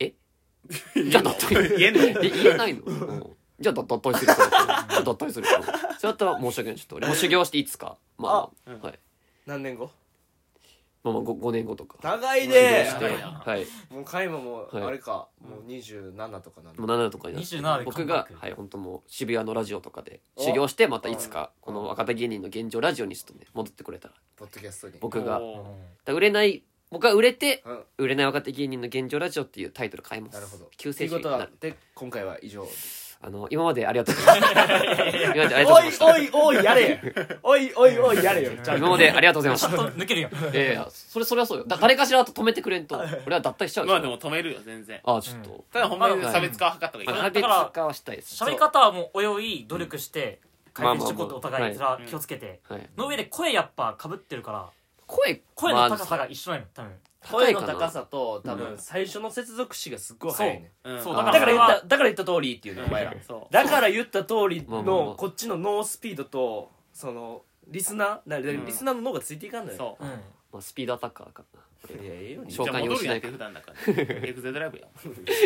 Speaker 4: あ
Speaker 1: へん。 *laughs*
Speaker 4: えじゃあ脱退。
Speaker 2: 言えんの
Speaker 4: え、言えないのうんじゃあ脱脱退するから。じゃあ脱退するから。それだったら申し訳ない。ちょっと
Speaker 1: *laughs*
Speaker 4: 俺も修行していつか。まあ、はい。
Speaker 1: 何年後
Speaker 4: まあまあ、ご5年後とか。
Speaker 1: 長いね
Speaker 2: 長いな
Speaker 4: はい。
Speaker 1: もう海馬も
Speaker 4: はい
Speaker 1: あれかもう27とかなんだ
Speaker 4: もう7とかになって
Speaker 3: 27で
Speaker 4: 僕
Speaker 3: カムバッ
Speaker 4: が
Speaker 3: ク、
Speaker 4: はい、本当もう渋谷のラジオとかで修行して、またいつか、この若手芸人の現状ラジオにちょっとね、戻ってくれたら、
Speaker 1: ポッドキャストに
Speaker 4: 僕が。
Speaker 2: おー
Speaker 4: だから売れない僕は売れて、
Speaker 1: うん
Speaker 4: 売れない若手芸人の現状ラジオっていうタイトル変えます
Speaker 1: なるほど
Speaker 4: 救
Speaker 1: とい
Speaker 4: 世
Speaker 1: うこ
Speaker 4: 主に
Speaker 1: と
Speaker 4: な
Speaker 1: は
Speaker 4: る
Speaker 1: で今回は以上
Speaker 4: あの今までありがとうございました今までありがとうございました
Speaker 1: おいおいおいやれよおいおいおいや *laughs* れよちゃん
Speaker 4: 今
Speaker 1: と
Speaker 4: までありがとうございま
Speaker 3: ちょっ
Speaker 4: し
Speaker 3: と抜
Speaker 4: *laughs*
Speaker 3: けるよ
Speaker 4: たいやいやそれそれはそうよだ誰かしらと止めてくれんと俺は脱退しちゃうで
Speaker 2: ま
Speaker 4: し
Speaker 2: あ
Speaker 4: ょ
Speaker 2: でも止めるよ全然
Speaker 4: ああちょっと、
Speaker 2: ただほんまに差別化を図った方がいい
Speaker 4: ま
Speaker 2: か
Speaker 4: あ
Speaker 2: な
Speaker 4: 差別化はしたいです
Speaker 3: 喋り方はもうおよい努力して
Speaker 4: まあ
Speaker 3: 改
Speaker 4: ま
Speaker 3: 善
Speaker 4: あ
Speaker 3: していこうとお互いそれは気をつけて
Speaker 4: そうはい、
Speaker 3: の上で声やっぱかぶってるから
Speaker 4: 声
Speaker 3: 声の高さ
Speaker 4: まあ
Speaker 3: が一緒なの多分
Speaker 1: 声の
Speaker 4: 高いかな
Speaker 1: 高さと多
Speaker 2: う
Speaker 1: 分
Speaker 2: ん
Speaker 1: 最初の接続詞がすっごい早いね
Speaker 2: うん
Speaker 3: そう
Speaker 4: だ
Speaker 1: だ
Speaker 4: から
Speaker 1: から言っ
Speaker 3: それ
Speaker 1: ただから言った通りっていうねお前ら
Speaker 2: そう
Speaker 1: だから言った通り
Speaker 4: まあまあまあ
Speaker 1: のこっちのノースピードとそのリスナーな
Speaker 2: うん
Speaker 1: リスナーの脳がついていかんのよ
Speaker 2: そう
Speaker 3: うん
Speaker 4: まあ、スピードアタッカーか
Speaker 1: いやええよに
Speaker 4: そう
Speaker 2: じゃあ戻るやんって
Speaker 4: 召喚用しないから
Speaker 2: 普段だからエグゼドライブや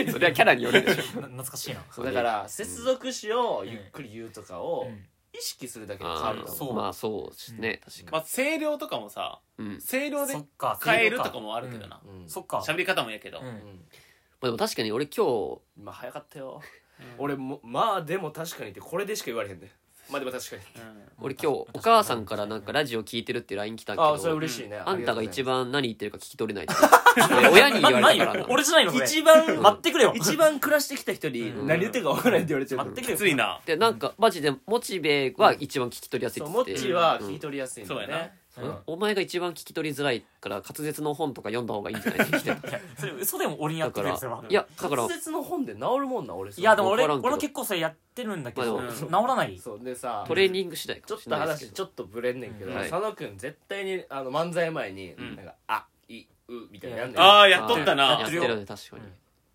Speaker 4: なそれはキャラによる
Speaker 3: *laughs*
Speaker 4: でしょ
Speaker 3: な懐かしいな
Speaker 1: そうだから接続詞をゆっくり言うとかを
Speaker 3: うん
Speaker 1: 意識するだけで変わ
Speaker 4: あ
Speaker 1: る
Speaker 4: あ
Speaker 1: と
Speaker 3: そ
Speaker 1: 思う
Speaker 3: う
Speaker 4: まあそうですね、確か
Speaker 2: まあ声量とかもさ
Speaker 4: に、うん
Speaker 2: 声量で
Speaker 3: そっか
Speaker 2: 変えるとかもあるけどな
Speaker 1: うん
Speaker 3: そっか
Speaker 2: 喋り方もやけど
Speaker 3: うん
Speaker 1: うん
Speaker 4: まあ、でも確かに俺今日
Speaker 1: まあ早かったよ俺もまあでも確かにってこれでしか言われへんねまあでも確かに
Speaker 2: うん
Speaker 4: 俺今日お母さんからなんかラジオ聞いてるって LINE 来たけど
Speaker 1: ああそれ嬉しいね
Speaker 4: あんたが一
Speaker 1: 番
Speaker 4: 番何言ってるか聞き取れないって俺親に言われたか
Speaker 3: なな
Speaker 4: *laughs* ら
Speaker 3: い
Speaker 4: な
Speaker 3: 俺じゃないのそれ
Speaker 1: 一番
Speaker 3: 待ってくれよ
Speaker 1: 一番暮らしてきた人に
Speaker 4: うん
Speaker 1: 何言ってるか分からないって言われちゃう
Speaker 3: *laughs* 待ってくれ
Speaker 2: き
Speaker 3: よ
Speaker 2: ついな
Speaker 4: でなんかマジでモチベは一番聞き取りやすい
Speaker 1: そ
Speaker 4: っ
Speaker 1: う
Speaker 4: つ
Speaker 1: モ
Speaker 4: って
Speaker 1: ッチーは聞き取りやすいんだよ
Speaker 2: そうや
Speaker 1: ね
Speaker 3: な
Speaker 1: うん
Speaker 4: お前が一番聞き取りづらいから滑舌の本とか読んだ方がいいんじゃないって来てた
Speaker 3: それ嘘でも俺にや
Speaker 4: だ
Speaker 3: って
Speaker 4: か
Speaker 3: く
Speaker 4: ら
Speaker 3: れよそれはい
Speaker 4: やだから
Speaker 1: 滑舌の本で治るもんな俺
Speaker 3: いやでも俺
Speaker 4: わからんけど
Speaker 3: 俺も結構それやってるんだけど
Speaker 4: まあ
Speaker 2: でも
Speaker 3: 治らない
Speaker 1: そうでさ
Speaker 4: トレーニング次
Speaker 1: ち
Speaker 4: 第か
Speaker 1: ょ
Speaker 4: も
Speaker 1: っと
Speaker 4: しれないです
Speaker 1: 話
Speaker 4: け
Speaker 1: ちょっとブレんねんけど、
Speaker 3: うん
Speaker 4: はい
Speaker 1: 佐野くん絶対にあの漫才前に、
Speaker 2: ん
Speaker 1: なんか「あいう」みたいなのやんねん
Speaker 2: ああ
Speaker 4: ど
Speaker 2: やっとった
Speaker 4: あーや
Speaker 2: な
Speaker 4: ってるね確か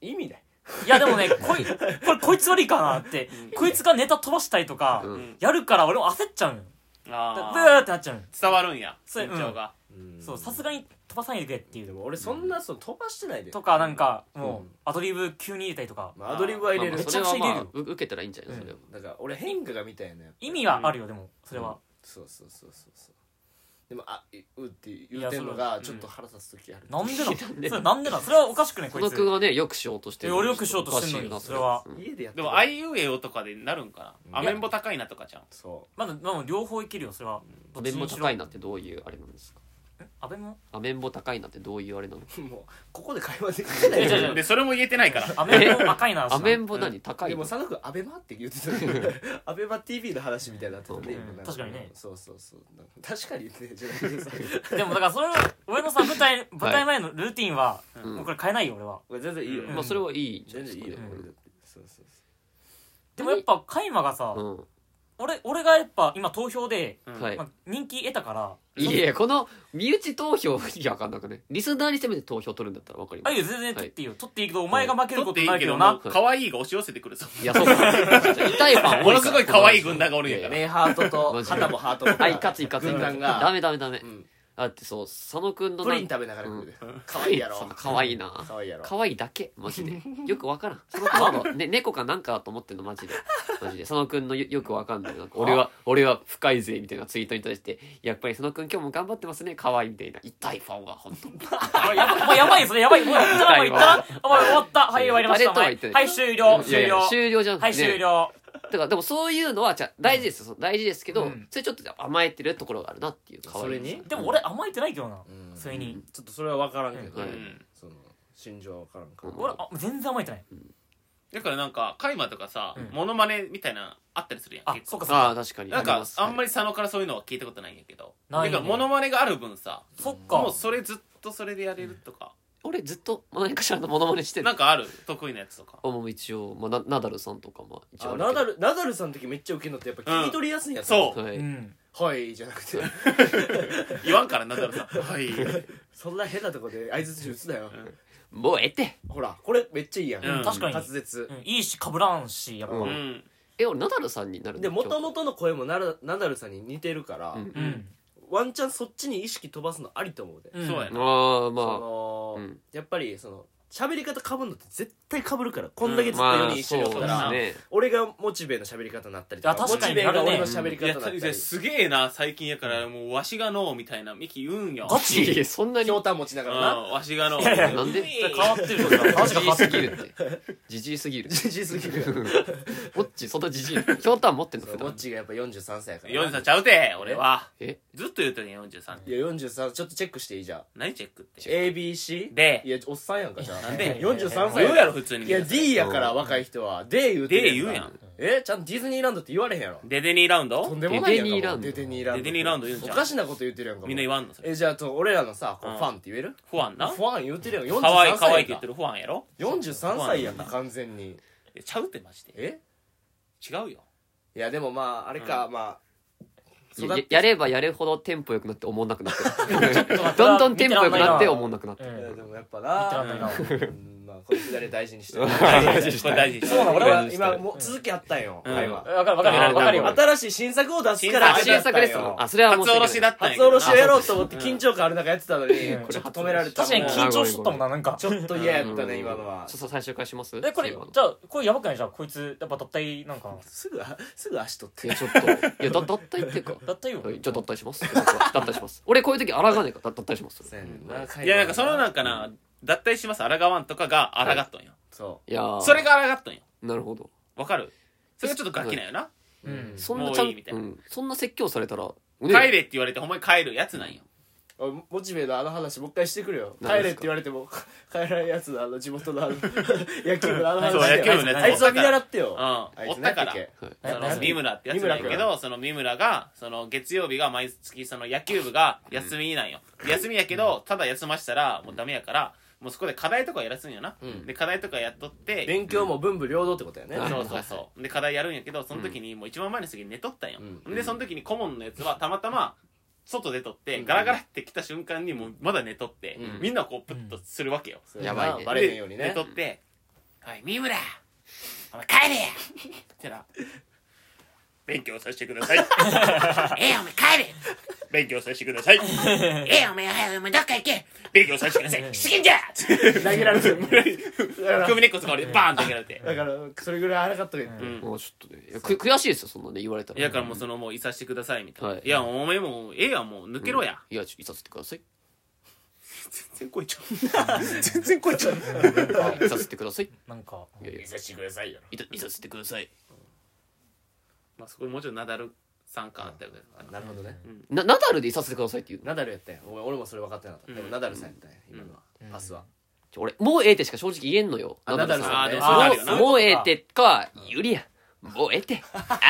Speaker 4: に、
Speaker 1: 意味ない
Speaker 3: いやでもねこいこれこいつ悪いかなってこいつがネタ飛ばしたりとか
Speaker 4: うん
Speaker 3: やるから俺も焦っちゃうのよだ
Speaker 2: あ
Speaker 3: ブ
Speaker 2: ー
Speaker 3: ーってなっちゃうのよ
Speaker 2: 伝わるんや
Speaker 3: そう
Speaker 2: 緊張が
Speaker 3: そうさすがに飛ばさないでくれってい
Speaker 1: で
Speaker 3: う
Speaker 1: も俺そんなその飛ばしてないで、
Speaker 3: とかなんかも
Speaker 1: うん
Speaker 3: うアドリブ急に入れたりとか
Speaker 1: まあ、アドリブは入れる、
Speaker 4: まあまあ
Speaker 3: め
Speaker 4: そ
Speaker 3: ち
Speaker 4: れ
Speaker 3: ゃくちゃ
Speaker 4: は
Speaker 3: 入れる
Speaker 4: まあう受けたらいいんじゃないそれは、
Speaker 1: だから俺変化がみたいなやっぱ
Speaker 3: 意味はあるよでもそれは
Speaker 1: そうそうそうそうそうでも「あいう」って言ってんのがちょっと腹立つ時ある
Speaker 3: なんでな
Speaker 4: な
Speaker 3: の
Speaker 4: んで
Speaker 3: それなんでなのそれはおかしくない
Speaker 4: 佐
Speaker 3: こい
Speaker 4: 野
Speaker 3: つ
Speaker 4: くんはねよくしようとして
Speaker 3: いや俺よくしようとしてんの
Speaker 4: おか
Speaker 3: に
Speaker 4: いな
Speaker 3: それは
Speaker 4: うん
Speaker 1: 家でやってる
Speaker 2: でも「あいうえお」とかでなるんか
Speaker 1: うん
Speaker 2: なアメンボ高いなとかじゃん
Speaker 1: そう
Speaker 3: まだまだ両方いけるよそれは
Speaker 4: ア
Speaker 3: どっ
Speaker 4: メ
Speaker 3: ち
Speaker 4: ンボ
Speaker 3: にしろ
Speaker 4: 高いなってどういうあれなんですか
Speaker 3: ア
Speaker 4: *laughs*
Speaker 3: ベも
Speaker 4: アメンボ高いなってどういうあれなの
Speaker 1: もうここで会話できない
Speaker 2: *laughs*
Speaker 3: やいやいや
Speaker 1: よ
Speaker 2: でそれも言えてないから
Speaker 3: アベも赤いな
Speaker 4: アメンボ何高い
Speaker 1: で
Speaker 4: の
Speaker 1: も佐野くんアベマって言ってた *laughs* よアベマ TV の話みたいになってたね
Speaker 3: うん
Speaker 1: 今なん
Speaker 3: 確かにね
Speaker 1: そうそうそうなんか確かにねじゃなくてさ
Speaker 3: でもだからそれ俺のさ舞台舞
Speaker 4: *laughs*
Speaker 3: 台前のルーティンは
Speaker 4: うん
Speaker 3: もうこれ変えないよ俺は
Speaker 1: 全然いいよ、
Speaker 2: うん
Speaker 4: まあそれはいいんじゃ
Speaker 1: 全
Speaker 4: ない
Speaker 1: 然
Speaker 4: です
Speaker 1: いい
Speaker 4: かね
Speaker 1: よ、
Speaker 3: うん
Speaker 1: 俺だってそうそうそう
Speaker 3: でもやっぱカイマがさ
Speaker 4: うん
Speaker 3: 俺俺がやっぱ今投票で、
Speaker 2: うん
Speaker 4: はい
Speaker 3: まあ、人気得たから
Speaker 4: いやいや、この、身内投票、いや、わかんなくね。リスナーにせめて投票取るんだったらわかり
Speaker 3: あ
Speaker 4: ま
Speaker 3: い
Speaker 4: す。
Speaker 3: いよ全然取っていいよ、取っていいけどお前が負け
Speaker 2: 取
Speaker 3: るこ
Speaker 2: っ
Speaker 3: と
Speaker 2: て
Speaker 3: に
Speaker 2: い
Speaker 3: ないるけ
Speaker 2: け
Speaker 3: ど
Speaker 2: ど
Speaker 3: な
Speaker 2: な可愛いが押し寄せてくるぞ
Speaker 4: いや、そうか。痛いファン多いか
Speaker 2: *laughs*
Speaker 4: ら
Speaker 2: ものすごい可愛い軍団がおるんや
Speaker 4: い
Speaker 2: か
Speaker 4: や
Speaker 2: ら
Speaker 4: い
Speaker 2: ね
Speaker 1: ねハートと
Speaker 4: マジで
Speaker 1: 旗もハートも
Speaker 4: あ、いかついかつい
Speaker 1: 軍
Speaker 4: かつ
Speaker 1: 団
Speaker 4: い。
Speaker 1: が
Speaker 4: ダメダメダメ
Speaker 1: う。ん
Speaker 4: だってそう、佐野くんのな
Speaker 1: プリン食べながら食うで可愛いや
Speaker 4: そ
Speaker 1: ろ
Speaker 4: の可愛いな。
Speaker 1: 可愛いやろ
Speaker 4: 可愛いだけ、マジで。よくわからん。そのカード、ね、猫かなんかだと思ってんの、マジで。マジで。佐野くんのよよくわかんない。なんか俺は、俺は深いぜ、みたいなツイートに対して、やっぱり佐野くん今日も頑張ってますね、可愛いみたいな。痛いファンは、本当
Speaker 3: あやばいもうやばいですねやばいもう
Speaker 4: *laughs*
Speaker 3: やったらもういったらあもう終わったはい終わりまし
Speaker 4: 誰
Speaker 3: た
Speaker 4: とは言ってない
Speaker 3: はい終了
Speaker 4: いやい
Speaker 3: 終
Speaker 4: や
Speaker 3: 了
Speaker 4: 終了じゃん。
Speaker 3: はい終了
Speaker 4: だから、でもそういうのは、じゃあ大事ですよ。そう大事ですけど、
Speaker 3: うん
Speaker 4: それちょっと甘えてるところがあるなっていう。可愛い
Speaker 1: それに
Speaker 3: でも俺甘えてないけどな
Speaker 1: うん
Speaker 3: それに
Speaker 1: ちょっとそれは分からんけど
Speaker 4: うん
Speaker 1: その心情は分からんか
Speaker 4: うん
Speaker 3: 俺あ全然甘えてない
Speaker 2: だからなんかカイマとかさ
Speaker 3: うん
Speaker 2: モノマネみたいなのあったりするやん
Speaker 3: あ
Speaker 2: 結
Speaker 3: そ
Speaker 2: 構
Speaker 3: っかそっ
Speaker 4: ああ、
Speaker 3: か
Speaker 4: 確かに。
Speaker 2: なんかあんま
Speaker 4: り。
Speaker 2: り佐野からそういうのは聞いたことないんやけど
Speaker 3: ない
Speaker 2: だ
Speaker 3: ね
Speaker 2: からモノマネがある分さ
Speaker 3: そっ
Speaker 2: も
Speaker 3: か
Speaker 2: うそれずっとそれでやれるとか
Speaker 4: 俺ずっと、まあ、何かしらのモノマネしてる。
Speaker 2: なんかある得意なやつとか
Speaker 4: あもう一応、まあ、なナダルさんとかも一応
Speaker 1: あ
Speaker 4: あるけ
Speaker 1: ナ
Speaker 4: ど
Speaker 1: ダルナダルさんの時めっちゃウケるのってやっぱ切り取りやすいんやつ
Speaker 2: そう
Speaker 4: は
Speaker 3: う
Speaker 4: い、
Speaker 3: ん
Speaker 1: はいじゃなく *laughs* て
Speaker 2: 言わんからなだろさんはい
Speaker 1: そんな変なとこで相槌打つなよ
Speaker 4: もうええって
Speaker 1: ほらこれめっちゃいいやん
Speaker 2: うん
Speaker 3: 確かに
Speaker 1: 滑舌
Speaker 3: うんいいしかぶらんしやっぱ
Speaker 4: う
Speaker 2: うん
Speaker 3: うん
Speaker 4: え俺ナダルさんになるん
Speaker 1: で
Speaker 4: だ
Speaker 1: もと
Speaker 4: 今
Speaker 1: もとの声もナダナダルさんに似てるから
Speaker 4: うん
Speaker 3: ん
Speaker 1: ワンチャンそっちに意識飛ばすのありと思うで
Speaker 2: そうや
Speaker 4: 日
Speaker 2: な
Speaker 4: ああ
Speaker 1: そ
Speaker 4: ま
Speaker 1: の
Speaker 4: うん
Speaker 1: やっぱりその喋り方かぶるのって絶対かぶるからこんだけずっと4
Speaker 4: あ
Speaker 1: 人一緒におったら
Speaker 2: まあそう
Speaker 4: ね
Speaker 1: 俺がモチベの喋り方になったりとか
Speaker 3: いや確かに
Speaker 1: モチベが俺の
Speaker 3: な
Speaker 1: 喋り
Speaker 2: い
Speaker 1: 方に
Speaker 2: や
Speaker 1: なったり
Speaker 2: いやすげえな最近やからもうわしがのうみたいなミキ言うんよ *laughs*
Speaker 3: ガ
Speaker 4: いやい
Speaker 3: チ
Speaker 4: やそんなに
Speaker 1: ひょうたん持ちな
Speaker 2: うん
Speaker 1: がらな
Speaker 2: わしがのう
Speaker 3: いやいや
Speaker 4: なんで
Speaker 3: 変わってるよ話
Speaker 4: じ
Speaker 3: が変
Speaker 4: じ
Speaker 3: わ
Speaker 4: い
Speaker 3: って
Speaker 4: す
Speaker 3: る
Speaker 4: ぎるってじじいすぎる
Speaker 1: じじいすぎるよ
Speaker 4: もっちそんなじじいひょうたん持ってんの普
Speaker 1: モッ
Speaker 4: 段
Speaker 1: チーがやっぱ43歳やからな
Speaker 2: 43ちゃうて俺は
Speaker 4: え
Speaker 2: ずっと言うてるやん43
Speaker 1: いや43ちょっとチェックしていいじゃん
Speaker 2: 何チェックって
Speaker 1: ABC
Speaker 2: で
Speaker 1: いやおっさんやんかじゃあ
Speaker 2: なんで
Speaker 1: 43歳
Speaker 2: 言うやろ普通に
Speaker 1: いや D やから若い人は D 言うてるか
Speaker 2: D
Speaker 1: えちゃんとディズニーランドって言われへんやろ
Speaker 2: デデニーラウン
Speaker 1: と
Speaker 2: ド
Speaker 1: んでもないやん
Speaker 4: ディズニーランド
Speaker 1: ディズニーランド
Speaker 2: ディズニーランド言うんちゃ
Speaker 1: お
Speaker 2: う
Speaker 1: かしなこと言ってるやんかもう
Speaker 2: みんな言わんのそれ
Speaker 1: えじゃあと俺らのさこう
Speaker 2: うん
Speaker 1: ファンって言える
Speaker 2: ファンな
Speaker 1: ファン言うてるやん
Speaker 2: 可愛い
Speaker 1: 43
Speaker 2: 可愛いっ
Speaker 1: 歳
Speaker 2: て言
Speaker 1: や
Speaker 2: っ
Speaker 1: ん
Speaker 2: てるファンやろ
Speaker 1: 43歳やんか完全に
Speaker 2: いやちゃうってマジで
Speaker 1: え
Speaker 2: 違うよ
Speaker 1: いやでもまああれかまあ
Speaker 4: や
Speaker 1: 育
Speaker 4: や
Speaker 1: って
Speaker 4: やればやるほどテンポよくなって思んなく *laughs* なってるどんどんテンポよくなって思んなくなってる
Speaker 1: いや
Speaker 3: う
Speaker 1: で
Speaker 3: ん
Speaker 1: もやっぱ
Speaker 3: 見て
Speaker 1: な
Speaker 3: ら
Speaker 1: ん
Speaker 3: ないな
Speaker 1: うんまあこのくだり大事にしてる
Speaker 2: *laughs* 大事にしたいこれ大事にしたい
Speaker 1: そうなの俺
Speaker 4: 大事
Speaker 1: は
Speaker 4: にしたい
Speaker 1: 今もう続きあったんよ
Speaker 2: うん
Speaker 1: 会話
Speaker 3: わかるわかるわかるよ
Speaker 1: 新しい新作を出すから
Speaker 2: あ
Speaker 4: 新作です
Speaker 1: よ
Speaker 4: もんあそれはもう
Speaker 2: 初おろしだったんや
Speaker 1: 初
Speaker 2: け
Speaker 1: お
Speaker 2: どな
Speaker 1: ろしをやろうと思って緊張感ある中やってたのに
Speaker 3: うん
Speaker 1: ちょっと止められた
Speaker 3: 確かに
Speaker 4: 初
Speaker 3: 緊張しとったもんななんか
Speaker 1: ちょっと嫌やった
Speaker 4: う
Speaker 1: ね
Speaker 4: ん
Speaker 1: 今のは
Speaker 4: ちょっと最初からします
Speaker 3: *laughs* えこれ
Speaker 4: 今の
Speaker 3: じゃあこれやばくないじゃあこいつやっぱ脱退なんか
Speaker 1: すぐすぐ足取っ
Speaker 4: い
Speaker 1: て
Speaker 4: やちょっといやだ脱退っていうか
Speaker 3: 脱退よ
Speaker 4: はいじゃあ脱退します *laughs* 僕は脱退します俺こういう時抗わねえから脱脱退します
Speaker 2: いやなんかそのなんか
Speaker 1: う
Speaker 2: な脱退しますあらがわんとかがあらがっとんよ
Speaker 1: そ
Speaker 4: いやー
Speaker 2: それがあらがっとんよ
Speaker 4: なるほど
Speaker 2: わかるそれがちょっとガキなんよな
Speaker 1: う
Speaker 3: うん
Speaker 4: そんなちゃん
Speaker 2: もういいみたいな
Speaker 4: うんそんな説教されたら、ね
Speaker 2: 帰れって言われてほんまに帰るやつなんよ
Speaker 1: おいモチベのあの話もう一回してくれよ帰
Speaker 4: 何
Speaker 1: れっ
Speaker 4: です
Speaker 1: て
Speaker 4: か
Speaker 1: 言われても *laughs* 帰らないやつのあの地元の *laughs* あの野球部のあの話
Speaker 2: そう野球部のやつ
Speaker 1: あいつは見習って
Speaker 2: う
Speaker 1: よ
Speaker 2: ん
Speaker 1: あい
Speaker 2: お
Speaker 1: つ
Speaker 2: っ
Speaker 1: ね
Speaker 2: たから
Speaker 1: てけ
Speaker 4: はい
Speaker 2: そ
Speaker 3: え
Speaker 2: の三村ってやつなんや
Speaker 1: 三
Speaker 2: け
Speaker 1: 村
Speaker 2: どその三村がその月曜日が毎月その野球部が休みなんよ休みやけどただ休ましたらもうダメやからもうそこで課題とかやらすんよな
Speaker 1: うん
Speaker 2: で課題とかやっとって
Speaker 1: 勉強も文武両道ってことやね
Speaker 4: はい
Speaker 2: そうそうそうで課題やるんやけどその時にもう一番前の席に寝とったんよ
Speaker 1: うん
Speaker 2: でその時に顧問のやつはたまたま外出とっ
Speaker 1: う
Speaker 2: て
Speaker 1: ん
Speaker 2: ガラガラって来た瞬間にもうまだ寝とって
Speaker 1: うん
Speaker 2: みんなこうプッとするわけよ
Speaker 1: そう
Speaker 4: やばいね
Speaker 1: バレへんように
Speaker 2: で
Speaker 1: ね
Speaker 2: 寝とって「おい三村お前帰れや!」ってな「勉強させてください」「 *laughs* ええお前帰れ!」「勉強させてください」「ええお前早いお前どっか行け!」「勉強させてくだ *laughs* さい」「しきんじゃ!」
Speaker 1: 投げられてるだか
Speaker 2: *laughs* 首根っこ使われてバーンって投げられて
Speaker 1: らだからそれぐらい荒かったけど
Speaker 2: うん
Speaker 4: もうちょっとねいやく悔しいですよそんなね言われたら
Speaker 2: いやだからもうそのもういさしてくださいみたいな、
Speaker 4: はい
Speaker 2: い、やお前もうええやんもう抜けろや、
Speaker 4: いやちょっといさせてください
Speaker 2: 全然声ちゃ
Speaker 1: *laughs*
Speaker 2: う全然声ちゃう
Speaker 4: いさせてください
Speaker 3: なんか
Speaker 4: いやいや
Speaker 1: させてくださいよ
Speaker 4: いたいさせてください
Speaker 2: まあそこにもうちょっとナダルさん感あったよね
Speaker 1: なるほどね
Speaker 4: なナダルでいさせてくださいって言うの
Speaker 1: ナダルやったんや俺俺もそれ分かってなかったでもナダルさんやったんや今のは
Speaker 3: うん
Speaker 1: パスは
Speaker 4: ちょ俺もうええってしか正直言えんのよ
Speaker 1: あ
Speaker 4: さん
Speaker 1: ナダル
Speaker 2: さんねあーでも
Speaker 4: も
Speaker 2: そうなるよ
Speaker 4: う
Speaker 2: な
Speaker 4: もうええってかゆりやもうええって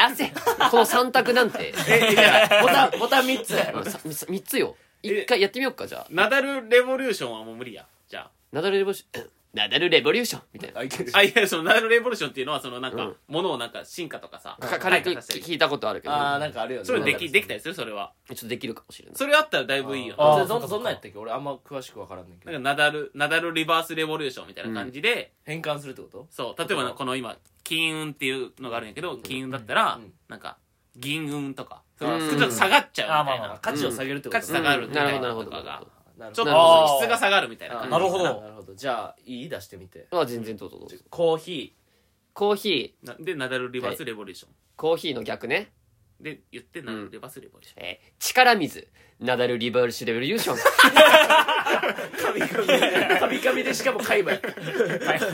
Speaker 4: 汗この三択なんて
Speaker 1: えいやボタンボタン3つ
Speaker 4: うんささ三つよ一回やってみようかじゃあ
Speaker 2: ナダルレボリューションはもう無理やじゃあ
Speaker 4: ナダルレボリューション *laughs* ナダルレボリューションみたいな。
Speaker 1: あいける
Speaker 2: *laughs* あいやそのナダルレボリューションっていうのはそのなんか、
Speaker 4: うん
Speaker 2: ものをなんか進化とかさ
Speaker 4: か軽く
Speaker 2: 退化させたり
Speaker 4: 聞いたことあるけど、
Speaker 1: あーなんかあるよね
Speaker 2: それで
Speaker 1: なん
Speaker 2: き
Speaker 1: か
Speaker 2: できたりするそれは
Speaker 4: ちょっとできるかもしれない。
Speaker 2: それあったらだいぶいいよ
Speaker 3: あー
Speaker 1: それ
Speaker 3: そう
Speaker 1: そん
Speaker 3: かそうか
Speaker 1: そんなんやったっけ俺あんま詳しくわからんねんけ
Speaker 2: なん
Speaker 1: ど
Speaker 2: かナダルナダルリバースレボリューションみたいな感じで、
Speaker 1: 変換するってこと
Speaker 2: そう例えばなこの今金運っていうのがあるんやけど金運だったら、
Speaker 1: うん
Speaker 2: なんか銀運とか、そ
Speaker 4: うん
Speaker 2: のちょっと下がっちゃうみたい
Speaker 3: あまあ
Speaker 2: な、
Speaker 3: まあ
Speaker 1: 価値を下げるってこと
Speaker 2: 価値下
Speaker 1: る
Speaker 2: がるみたい
Speaker 4: うんな
Speaker 2: な
Speaker 4: るほ
Speaker 2: の
Speaker 4: ど
Speaker 2: と
Speaker 4: な
Speaker 2: かが
Speaker 4: るほど、
Speaker 1: なる
Speaker 2: ちょ
Speaker 1: ほ
Speaker 2: っ
Speaker 1: ど
Speaker 2: と質が下がるみたいな
Speaker 1: あー
Speaker 2: 感じ
Speaker 3: なるほど
Speaker 1: なるほどじゃあいい出してみて
Speaker 4: あ全然どうぞどうぞ。
Speaker 1: コーヒ
Speaker 4: コーヒ
Speaker 2: なでナダルリバースレボリューション、
Speaker 4: ー、コーヒーの逆ね。
Speaker 2: で言ってナダルリバースレボリューション、
Speaker 4: えー力水、ナダルリバルシュレボリューション。
Speaker 1: ーカミカミカミカミでしかも海外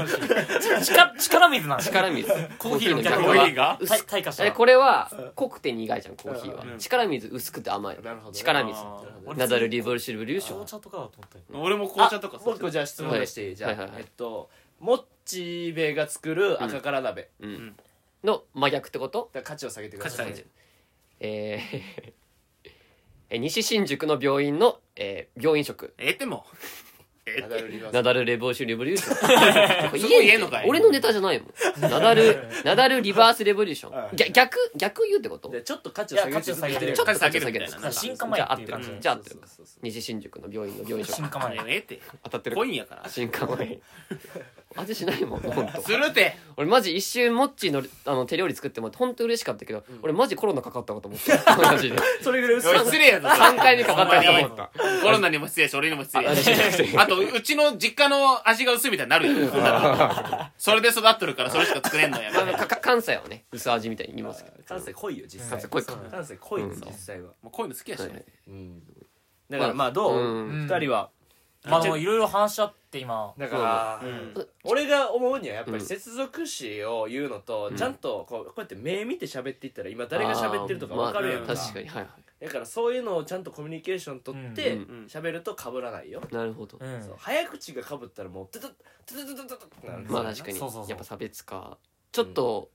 Speaker 3: 力力水なんですか
Speaker 4: 力水。コ
Speaker 3: ーヒーの逆
Speaker 4: は
Speaker 2: コーヒーが
Speaker 4: 薄
Speaker 3: 退化した
Speaker 4: えこれは濃くて苦いじゃんコーヒーは、
Speaker 2: うん
Speaker 4: 力水薄くて甘い
Speaker 1: なるほどね
Speaker 4: 力水
Speaker 2: あー
Speaker 3: 俺
Speaker 4: ナダルリボルシブリューション
Speaker 3: 紅茶とかだと思ったよ
Speaker 2: 俺も紅茶とか
Speaker 1: あもう一個じゃあ質問出していい、
Speaker 4: はい
Speaker 1: じゃあ、
Speaker 4: はいはいはい
Speaker 1: えっとモッチーベが作る赤から鍋、だか
Speaker 4: の真逆ってこと
Speaker 1: ら価値を下げてください
Speaker 2: 価値下げ
Speaker 4: えー *laughs* え西新宿の病院の、えー病院食
Speaker 2: ええってもええ
Speaker 1: ナ
Speaker 2: っ
Speaker 1: ダ
Speaker 2: て
Speaker 1: ルリバース
Speaker 4: ナダルレボルシュレボリュー
Speaker 1: *laughs*
Speaker 4: ション
Speaker 2: そこ言えんのかい
Speaker 4: 俺のネタじゃないもんナダルナダルリバースレボリューショ
Speaker 1: は
Speaker 4: ン
Speaker 1: い
Speaker 4: ぎゃ逆逆言うってこと
Speaker 1: でちょっと価値を下げ
Speaker 3: いや価値を下げて
Speaker 1: る
Speaker 4: ちょっと
Speaker 2: 価値下げ
Speaker 4: ちょっと
Speaker 2: るみたいな
Speaker 4: 下げる
Speaker 3: 進化前っていう感じ
Speaker 4: じゃあ合ってる
Speaker 1: そうそうそう
Speaker 4: 西新宿の病院の病院食
Speaker 3: 進化前
Speaker 2: ええって
Speaker 4: 当たってる
Speaker 2: コインやからす
Speaker 4: 進化前味し
Speaker 1: *laughs*
Speaker 4: ないもん本当。
Speaker 2: るって
Speaker 4: 俺マジ一瞬モッチーのあの手料理作ってもらって本当嬉しかったけど、俺マジコロナかかったかと思
Speaker 1: *laughs*
Speaker 4: ったマジで
Speaker 1: それぐらい
Speaker 2: おい
Speaker 1: 嘘
Speaker 2: 失礼やぞ
Speaker 4: 3回目かかったかと思った
Speaker 2: コロナにも失礼やし俺にも失礼や
Speaker 4: あ失礼失
Speaker 2: しあとうちの実家の味が薄いみたいになるよほんならそれで育っとるからそれしか作れんのや
Speaker 4: まあかか関西はね薄味みたいに言いますけど
Speaker 1: 感性濃いよ実
Speaker 4: 関
Speaker 1: 際
Speaker 4: 西濃いか
Speaker 3: そう
Speaker 1: 感性濃いんです
Speaker 4: うん
Speaker 1: 実際は
Speaker 2: もうこういうの好きやし
Speaker 4: はい
Speaker 2: 俺
Speaker 1: うんだからまあど
Speaker 4: う
Speaker 1: うん二人は
Speaker 3: まあでもいろいろ話し合って今
Speaker 1: だから
Speaker 2: うん
Speaker 1: 俺が思うにはやっぱり
Speaker 4: うん
Speaker 1: 接続詞を言うのとちゃんとこうこうやって目見て喋っていったら今誰が喋ってるとか分かるやん
Speaker 4: あー
Speaker 1: か
Speaker 4: まあ確かにはいは
Speaker 1: だからそういうのをちゃんとコミュニケーション取って
Speaker 4: う
Speaker 2: う
Speaker 4: ん
Speaker 2: ん
Speaker 1: 喋ると被らないよ
Speaker 4: いなるほど、
Speaker 3: うん
Speaker 1: そう早口が被ったらもうトゥトゥトゥトゥトゥトゥトゥってなるんです
Speaker 4: ま
Speaker 1: よ
Speaker 4: あ確かに
Speaker 3: そうそうそう
Speaker 4: やっぱ差別化ちょっと、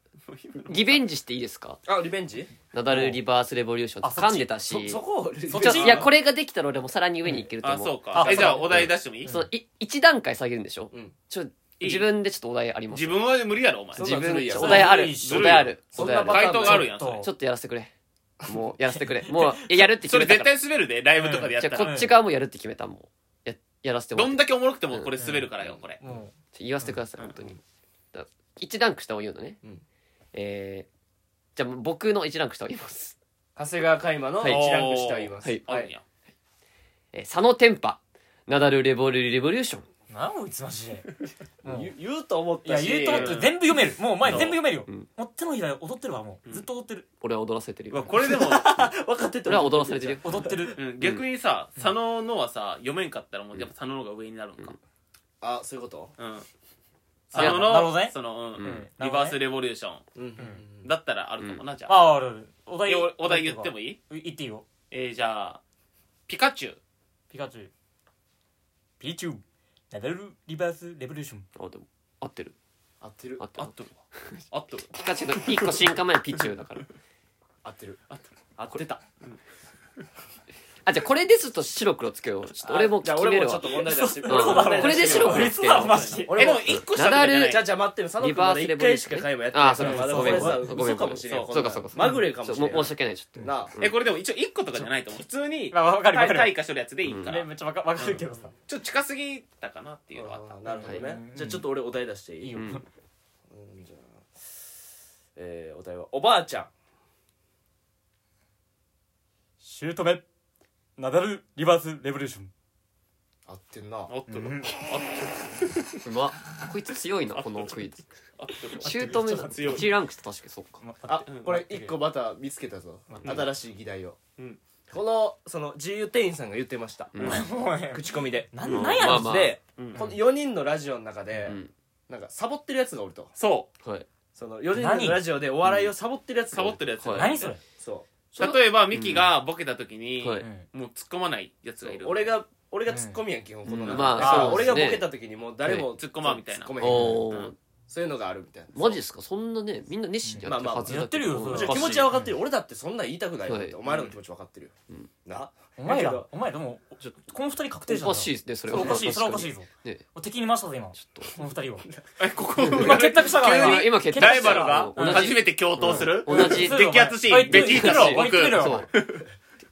Speaker 4: リベンジしていいですか
Speaker 1: あリベンジ
Speaker 4: ナダルリバースレボリューション
Speaker 3: あ
Speaker 4: って
Speaker 3: そっ
Speaker 4: 噛
Speaker 3: ち
Speaker 4: んでたし
Speaker 1: そそこを
Speaker 3: そっ
Speaker 4: ちょ
Speaker 3: ち
Speaker 4: いやこれができたら俺もさらに上にいけると
Speaker 2: あ
Speaker 4: 思う、
Speaker 2: そうか
Speaker 3: あ
Speaker 2: えじゃあ
Speaker 3: そう
Speaker 2: お題出してもいい
Speaker 4: そのい一段階下げるんでしょ、
Speaker 1: うん
Speaker 4: ちょ
Speaker 2: い
Speaker 4: 自分でちょっとお題あります
Speaker 2: 自分は無理やろお前
Speaker 1: そ
Speaker 4: 自
Speaker 1: んなんず
Speaker 4: 分
Speaker 1: るいや
Speaker 4: ち
Speaker 1: ん
Speaker 4: ょお題ある
Speaker 3: ず
Speaker 4: お
Speaker 2: るい
Speaker 4: 題ある
Speaker 1: そ
Speaker 4: お
Speaker 1: ん
Speaker 4: 題
Speaker 1: な
Speaker 4: ある
Speaker 1: バカ
Speaker 2: 回答があるやん
Speaker 3: ち
Speaker 2: そ
Speaker 3: ょっ
Speaker 2: れ
Speaker 3: と
Speaker 4: ちょっとやらせてくれもうやらせてくれもうえやるって決
Speaker 2: それ
Speaker 4: めた
Speaker 2: 絶
Speaker 4: から
Speaker 2: 対滑るでライブとかでやっ
Speaker 4: じ
Speaker 2: た
Speaker 4: ゃあ
Speaker 2: ら
Speaker 4: こっち側もやるって決めたもんややらせてもら
Speaker 2: ど
Speaker 4: って
Speaker 2: んだけおもろくてもこれ滑るからよこれ
Speaker 3: も
Speaker 4: ちょ言わせてください本当にだ一ランク下を言うのね、
Speaker 1: うん
Speaker 4: えー、じゃあ僕の一ランク下を言います、
Speaker 1: 長谷川海馬の
Speaker 4: はい
Speaker 1: 一ランク下を言います
Speaker 4: はい
Speaker 2: あるんや
Speaker 4: えー、佐野天パナダルレボルリボリューション
Speaker 3: う何をいつまし *laughs* でもう
Speaker 1: 言う言うと思っ
Speaker 3: いや
Speaker 1: たし
Speaker 3: 言うと思って全部読めるもうお前全部読めるよもう手のひらで踊ってるわもうずっと踊ってる
Speaker 4: 俺は踊らせてる
Speaker 2: うわ
Speaker 4: よ
Speaker 2: これでも
Speaker 1: 分かってた
Speaker 4: 俺は踊らされてるよ
Speaker 3: 踊ってる
Speaker 2: うん逆にさ佐野のはさ読めんかったらもうやっぱ佐野の方が上になるんか
Speaker 1: あそういうこと
Speaker 2: うん
Speaker 3: あ
Speaker 2: 佐野
Speaker 3: なるほど
Speaker 2: の
Speaker 3: ね
Speaker 2: そのうん
Speaker 4: うん
Speaker 2: リバースレボリューショ
Speaker 1: うんうん
Speaker 2: ンだったらあるかもなじゃあ
Speaker 3: ああるあるお題
Speaker 2: いやおお題言っても
Speaker 3: いい
Speaker 2: いい
Speaker 3: 言っていいよ
Speaker 2: えーじゃあピカチュウ
Speaker 3: ピカチュウピーチュウナダルリバースレボリューション
Speaker 4: あでも合ってる
Speaker 1: 合ってる
Speaker 4: 合って
Speaker 2: あ
Speaker 4: る
Speaker 2: っとるわあっとる
Speaker 4: ピカチュウの一個進化前のピチュウだから
Speaker 1: 合ってる
Speaker 2: あっとるあってた
Speaker 4: あじゃあこれですと白黒つけようちょっと俺も
Speaker 1: じ
Speaker 4: 決
Speaker 1: ゃあ
Speaker 4: め
Speaker 1: 俺も
Speaker 4: る
Speaker 1: ちょ
Speaker 4: わ
Speaker 1: っと問題出
Speaker 4: *laughs*
Speaker 1: してみる
Speaker 4: うん
Speaker 1: 俺も問題
Speaker 4: これで
Speaker 1: 出してみ
Speaker 4: 白
Speaker 1: る
Speaker 4: 黒つけ
Speaker 3: だ
Speaker 4: よう
Speaker 3: マジで
Speaker 2: え
Speaker 1: 俺
Speaker 2: で
Speaker 1: も
Speaker 2: も一個しかない
Speaker 4: ナダル
Speaker 1: じゃあじゃあ待ってよ佐野君まだ一回しか会話やって
Speaker 4: あ
Speaker 1: な
Speaker 4: あ
Speaker 1: い
Speaker 4: そう
Speaker 1: ま
Speaker 4: か
Speaker 1: だ
Speaker 4: ご
Speaker 1: こ
Speaker 4: めん
Speaker 1: れ
Speaker 4: ごめ
Speaker 1: さ
Speaker 4: んごめ
Speaker 1: 嘘
Speaker 4: ん
Speaker 1: かもしれん
Speaker 4: そうそうかそうか
Speaker 1: まぐれかもしれん
Speaker 4: そう申し訳ないちょっと
Speaker 1: なあ
Speaker 4: うん
Speaker 2: えこれでも一応一個とかじゃないと思う普通に
Speaker 3: まあわかるわかる
Speaker 2: 対価しとるやつでいいから
Speaker 3: ねめっちゃわかわかるけどさ
Speaker 2: ちょっと近すぎたかなっていうのはあった
Speaker 1: あーなるほど
Speaker 4: は
Speaker 1: ね
Speaker 3: い
Speaker 1: じゃあちょっと俺お題出してい
Speaker 3: いい
Speaker 1: い
Speaker 3: よ
Speaker 4: うん
Speaker 1: うんじゃあえーお題はおばあちゃん
Speaker 3: シュート目ナダルリバースレボリューション
Speaker 1: 合ってんな
Speaker 2: おっとる
Speaker 4: うまっこいつ強いなこのクイズ
Speaker 2: あっとる
Speaker 4: 中途目だ
Speaker 2: 強い
Speaker 4: 1ランクって確かにそうか
Speaker 1: あこれ一個また見つけたぞ新しい議題を
Speaker 2: うん
Speaker 1: このその自由店員さんが言ってました
Speaker 4: うん
Speaker 3: もうね
Speaker 1: 口コミで
Speaker 3: なんなんやろ
Speaker 4: まあ
Speaker 1: で
Speaker 2: うん
Speaker 1: この4人のラジオの中で
Speaker 4: うん
Speaker 1: なんかサボってるやつがおると
Speaker 2: そ
Speaker 4: はい
Speaker 1: その4人のラジオでお笑いをサボってるや
Speaker 2: う
Speaker 1: つ
Speaker 2: サ
Speaker 1: がお
Speaker 2: ボ
Speaker 1: る
Speaker 2: ってるやつ
Speaker 4: はい
Speaker 3: 何それ
Speaker 1: そう
Speaker 2: 例えばミキがボケた時に
Speaker 4: はい
Speaker 2: もう突っ込まないやつがいる
Speaker 1: 俺が俺がツッコミやん基本この中で
Speaker 4: うんまあ
Speaker 1: だから
Speaker 4: そうで
Speaker 1: 俺
Speaker 4: すね
Speaker 1: がボケた時にもう誰も
Speaker 2: はい突っ込まんみたいな
Speaker 1: 突っ込めへん
Speaker 4: おお
Speaker 2: うん
Speaker 1: そういうのがあるみたいな
Speaker 4: マジですかそんなねみんな熱心にやってるはずだけど
Speaker 3: まあまあやってるよそ
Speaker 1: 気
Speaker 3: れ
Speaker 1: 持ちは分かってる俺だってそんなん言いたくないよ
Speaker 4: はい
Speaker 1: お前らの気持ち分かってるよ、な
Speaker 3: お前
Speaker 1: だけ
Speaker 3: ら
Speaker 1: ど
Speaker 3: お前らもうちょっとこの二人確定
Speaker 4: お
Speaker 3: じゃん
Speaker 4: かしいですねそ
Speaker 3: そ
Speaker 4: れ
Speaker 3: れ
Speaker 4: は
Speaker 3: おかしいそれはおかしい
Speaker 4: ね
Speaker 3: ぞ敵に回したぞ今
Speaker 4: ちょっ
Speaker 3: この二人は
Speaker 2: えこ
Speaker 3: *laughs*
Speaker 2: こ
Speaker 3: 今結託したから
Speaker 4: 急に今結託
Speaker 2: ライ
Speaker 4: した
Speaker 2: バルが
Speaker 4: 同じ
Speaker 2: 初めて共闘する
Speaker 4: 同
Speaker 2: *laughs*
Speaker 4: じ
Speaker 2: 激アツシーンベジータ
Speaker 4: の
Speaker 2: 僕
Speaker 4: と
Speaker 2: ら
Speaker 4: そう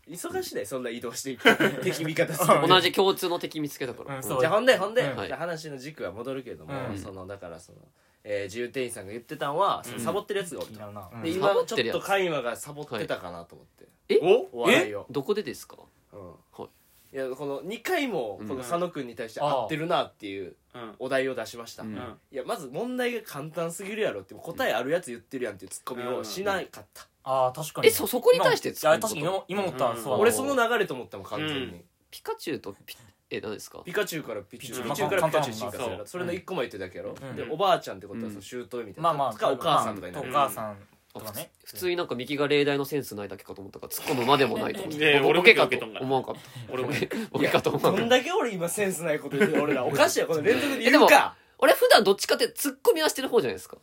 Speaker 1: 忙しないそんな移動していく敵味方する
Speaker 4: 同じ共通の敵見つけたから
Speaker 3: うん
Speaker 4: うん
Speaker 3: そう
Speaker 1: じゃあほんでほんで、
Speaker 3: うん
Speaker 4: はい
Speaker 1: じゃあ話の軸は戻るけれども、
Speaker 3: うん
Speaker 1: そのだからその、えー自由店員さんが言ってたんは、そのサボってるやつがおる
Speaker 3: 気に
Speaker 1: と
Speaker 3: なるな
Speaker 1: で
Speaker 4: うん
Speaker 1: 今
Speaker 4: サボっ
Speaker 1: ち
Speaker 4: てる
Speaker 1: ょっ
Speaker 4: やつ
Speaker 1: とカイマがサボってたかなと思って、
Speaker 2: お
Speaker 1: お笑いを、
Speaker 4: どこでですか
Speaker 1: うん、
Speaker 4: はい
Speaker 1: やこの2回もこの佐野君に対して合ってるなっていう
Speaker 2: うん
Speaker 1: お題を出しました、
Speaker 4: うん
Speaker 2: うん
Speaker 1: いやまず問題が簡単すぎるやろって答えあるやつ言ってるやんっていうツッコミをしなかった、
Speaker 3: ああ確かに
Speaker 4: えそそこに対して
Speaker 3: いや確かに今今思った
Speaker 2: うん
Speaker 3: そうだ
Speaker 1: 俺その流れと思ったもん完全に、
Speaker 2: うん
Speaker 4: ピカチュウとピえ何ですか
Speaker 1: ピカチュウからピチュウ
Speaker 2: ピ
Speaker 1: ピカ
Speaker 2: カチ
Speaker 1: チュ
Speaker 2: ュウ
Speaker 1: ウからピカチュウに進化す
Speaker 2: 簡単だな
Speaker 1: るやろそれの1個前言ってただけやろ、
Speaker 3: うん
Speaker 1: でおばあちゃんってことは
Speaker 4: うん
Speaker 1: その姑みたいな、
Speaker 3: まあまあ
Speaker 1: とかお母さんとかにな
Speaker 3: お
Speaker 1: る、
Speaker 3: 母さんとかね
Speaker 4: 普通になんか右が例題のセンスないだけかと思ったから突っ込むまでもないと思っ
Speaker 2: ねえ
Speaker 4: てボ
Speaker 2: 俺
Speaker 4: ボ
Speaker 2: も
Speaker 4: ケか
Speaker 2: 受け
Speaker 4: と
Speaker 2: とんから
Speaker 4: 思わんかった
Speaker 2: 俺
Speaker 4: *laughs*
Speaker 2: もね
Speaker 4: ボケかと思わん
Speaker 1: ど
Speaker 4: かっ
Speaker 1: ん
Speaker 4: た
Speaker 1: だけ俺今センスないこと言ってる俺らおかしいやこの連続で
Speaker 4: えで
Speaker 1: 言う
Speaker 4: も
Speaker 1: か
Speaker 4: 俺普段どっちかって突っ込みはしてる方じゃないですか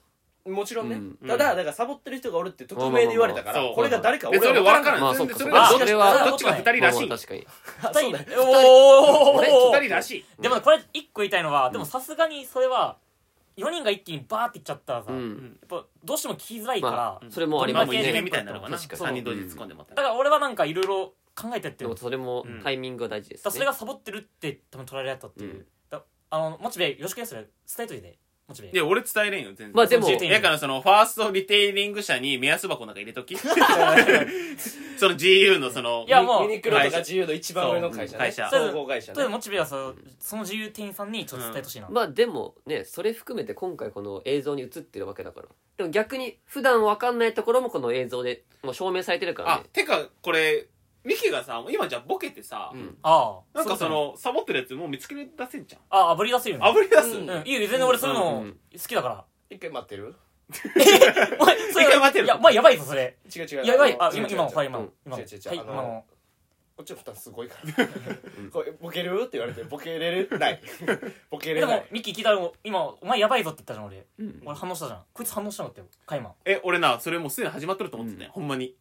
Speaker 1: もちろんね、
Speaker 4: うん
Speaker 1: ただだからサボってる人がおるって匿名で言われたから、
Speaker 2: まあまあまあそう
Speaker 1: これが誰か
Speaker 2: で
Speaker 1: 俺
Speaker 2: それ
Speaker 1: は
Speaker 2: 分から
Speaker 1: ん
Speaker 2: ん
Speaker 4: まあ
Speaker 2: そ
Speaker 4: そっ
Speaker 2: んで
Speaker 4: か
Speaker 2: それ
Speaker 4: そっ
Speaker 2: が
Speaker 4: か
Speaker 2: どっちかど
Speaker 4: それは
Speaker 2: っちか二人らしい
Speaker 4: まあまあ確かに
Speaker 1: あ *laughs* そうだよ
Speaker 3: おお
Speaker 4: 俺
Speaker 2: 二人らしい
Speaker 3: でもこれ一個言いたいのはでもさすがにそれは4人が一気にバーっていっちゃったら
Speaker 4: う
Speaker 3: さやっ
Speaker 4: ん
Speaker 3: ぱどうしても聞きづらいか
Speaker 4: ま
Speaker 3: ら
Speaker 4: あそれもあり
Speaker 2: まあも
Speaker 4: ます
Speaker 2: ういじめ
Speaker 4: ね
Speaker 2: みたいなのかな
Speaker 4: 確かに
Speaker 2: 三人同時突っ込んでもらっ
Speaker 3: だ
Speaker 2: た
Speaker 3: から俺はなんかいろいろ考えてって
Speaker 4: で
Speaker 3: よ
Speaker 4: も
Speaker 3: だか
Speaker 4: それも
Speaker 2: うん
Speaker 4: タイミングが大事です
Speaker 3: らそれ
Speaker 4: ね
Speaker 3: がサボってるって多分取られやったっていううんだあのモチベよろしくやつ伝えといてモチベ
Speaker 2: で俺伝えれんよ全然
Speaker 4: まあでも
Speaker 3: 教えて
Speaker 2: だからそのファーストリテイリング社に目安箱なんか入れとき *laughs* その GU のその
Speaker 3: いやもう
Speaker 1: ユニクロとか自由の一番上の会社ね
Speaker 2: そう会社
Speaker 1: 総合会社
Speaker 3: とりあえず
Speaker 1: ね
Speaker 3: モチベはさその自由店員さんにちょっと伝えてほしいな、
Speaker 4: まあでもねそれ含めて今回この映像に映ってるわけだからでも逆に普段わかんないところもこの映像でもう証明されてるから
Speaker 2: あ
Speaker 4: ね
Speaker 2: てかこれミキがさ今じゃあボケてさ
Speaker 4: うん
Speaker 3: ああ
Speaker 2: なんかそのサボってるやつもう見つけ出せんじゃん
Speaker 3: ああぶり出せるよね
Speaker 2: 炙り出す
Speaker 1: う
Speaker 3: うんん、いいよ全然俺そういう
Speaker 4: う
Speaker 3: の
Speaker 4: ん
Speaker 3: 好きだから、
Speaker 1: 一回待ってる
Speaker 3: お前それ
Speaker 2: 一回待ってる
Speaker 3: いやまあやばいぞそれ
Speaker 1: 違う違う
Speaker 3: やばいあ
Speaker 1: 違う違
Speaker 3: 今
Speaker 1: う違う
Speaker 3: 今のはい
Speaker 4: う
Speaker 3: 今の
Speaker 4: ん
Speaker 3: 今
Speaker 1: 違
Speaker 3: の
Speaker 1: う違う違う
Speaker 3: はい
Speaker 1: あの
Speaker 3: 今の
Speaker 1: こっちの負担すごいから、 *laughs* これボケるって言われてボケれるないボケ
Speaker 3: え
Speaker 1: れ
Speaker 3: で
Speaker 1: な
Speaker 3: も
Speaker 1: い
Speaker 3: ミッキー聞いたらもう今お前やばいぞって言ったじゃん俺
Speaker 4: うん
Speaker 3: 俺反応したじゃんこいつ反応したのってよカイマン
Speaker 2: え俺なそれもうすでに始まっとると思ってたよほんまに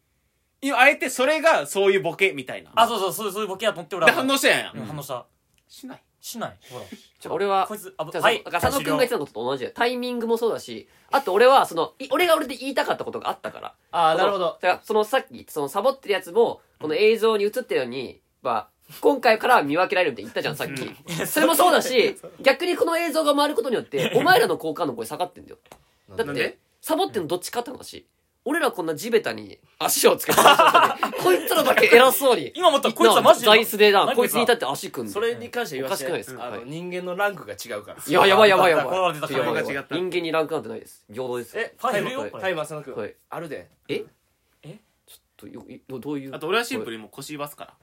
Speaker 2: いやあえてそれがそういうボケみたいな
Speaker 3: あそうそうそうそういうボケやと思って俺
Speaker 2: で
Speaker 3: は
Speaker 2: 反応したやん
Speaker 3: うん反応した
Speaker 2: しない
Speaker 3: しないほら
Speaker 4: じゃあ俺は
Speaker 3: こいつあぶ
Speaker 4: じゃあ
Speaker 3: はい
Speaker 4: そのだから佐野君が言ってたのと同じだよタイミングもそうだしあと俺はそのい俺が俺で言いたかったことがあったから
Speaker 1: あ
Speaker 4: そのだからそのさっきそのサボってるやつもこの映像に映ってるように、まあ、今回からは見分けられるって言ったじゃんさっき、それもそうだし逆にこの映像が回ることによってお前らの好感度これ下がってんだよだ
Speaker 2: な
Speaker 4: っ
Speaker 2: んで
Speaker 4: てサボってんのどっちかって話俺らこんな地べたに足をつけてるだけで *laughs* こいつらだけ偉そうに
Speaker 3: 今思ったらこいつはマジで
Speaker 4: 座椅子でな
Speaker 3: 何
Speaker 4: こいつに至って足組んで
Speaker 1: それに関して言わせて
Speaker 4: おかしくないですか
Speaker 1: あの、
Speaker 4: はい
Speaker 1: 人間のランクが違うから
Speaker 4: いややばいやばいや
Speaker 3: これ
Speaker 4: ば
Speaker 3: はい出た
Speaker 4: ちょやばいやばい
Speaker 2: これは違った
Speaker 4: 人間にランクなんてないです平等ですよ
Speaker 1: え
Speaker 3: ファイル
Speaker 4: はい
Speaker 3: よこ
Speaker 1: タイ
Speaker 3: れ
Speaker 1: マー佐野君、
Speaker 4: はい
Speaker 1: あるで
Speaker 4: え
Speaker 3: え
Speaker 4: ちょっとよどどういう
Speaker 2: あと俺はシンプルにもう腰言わすから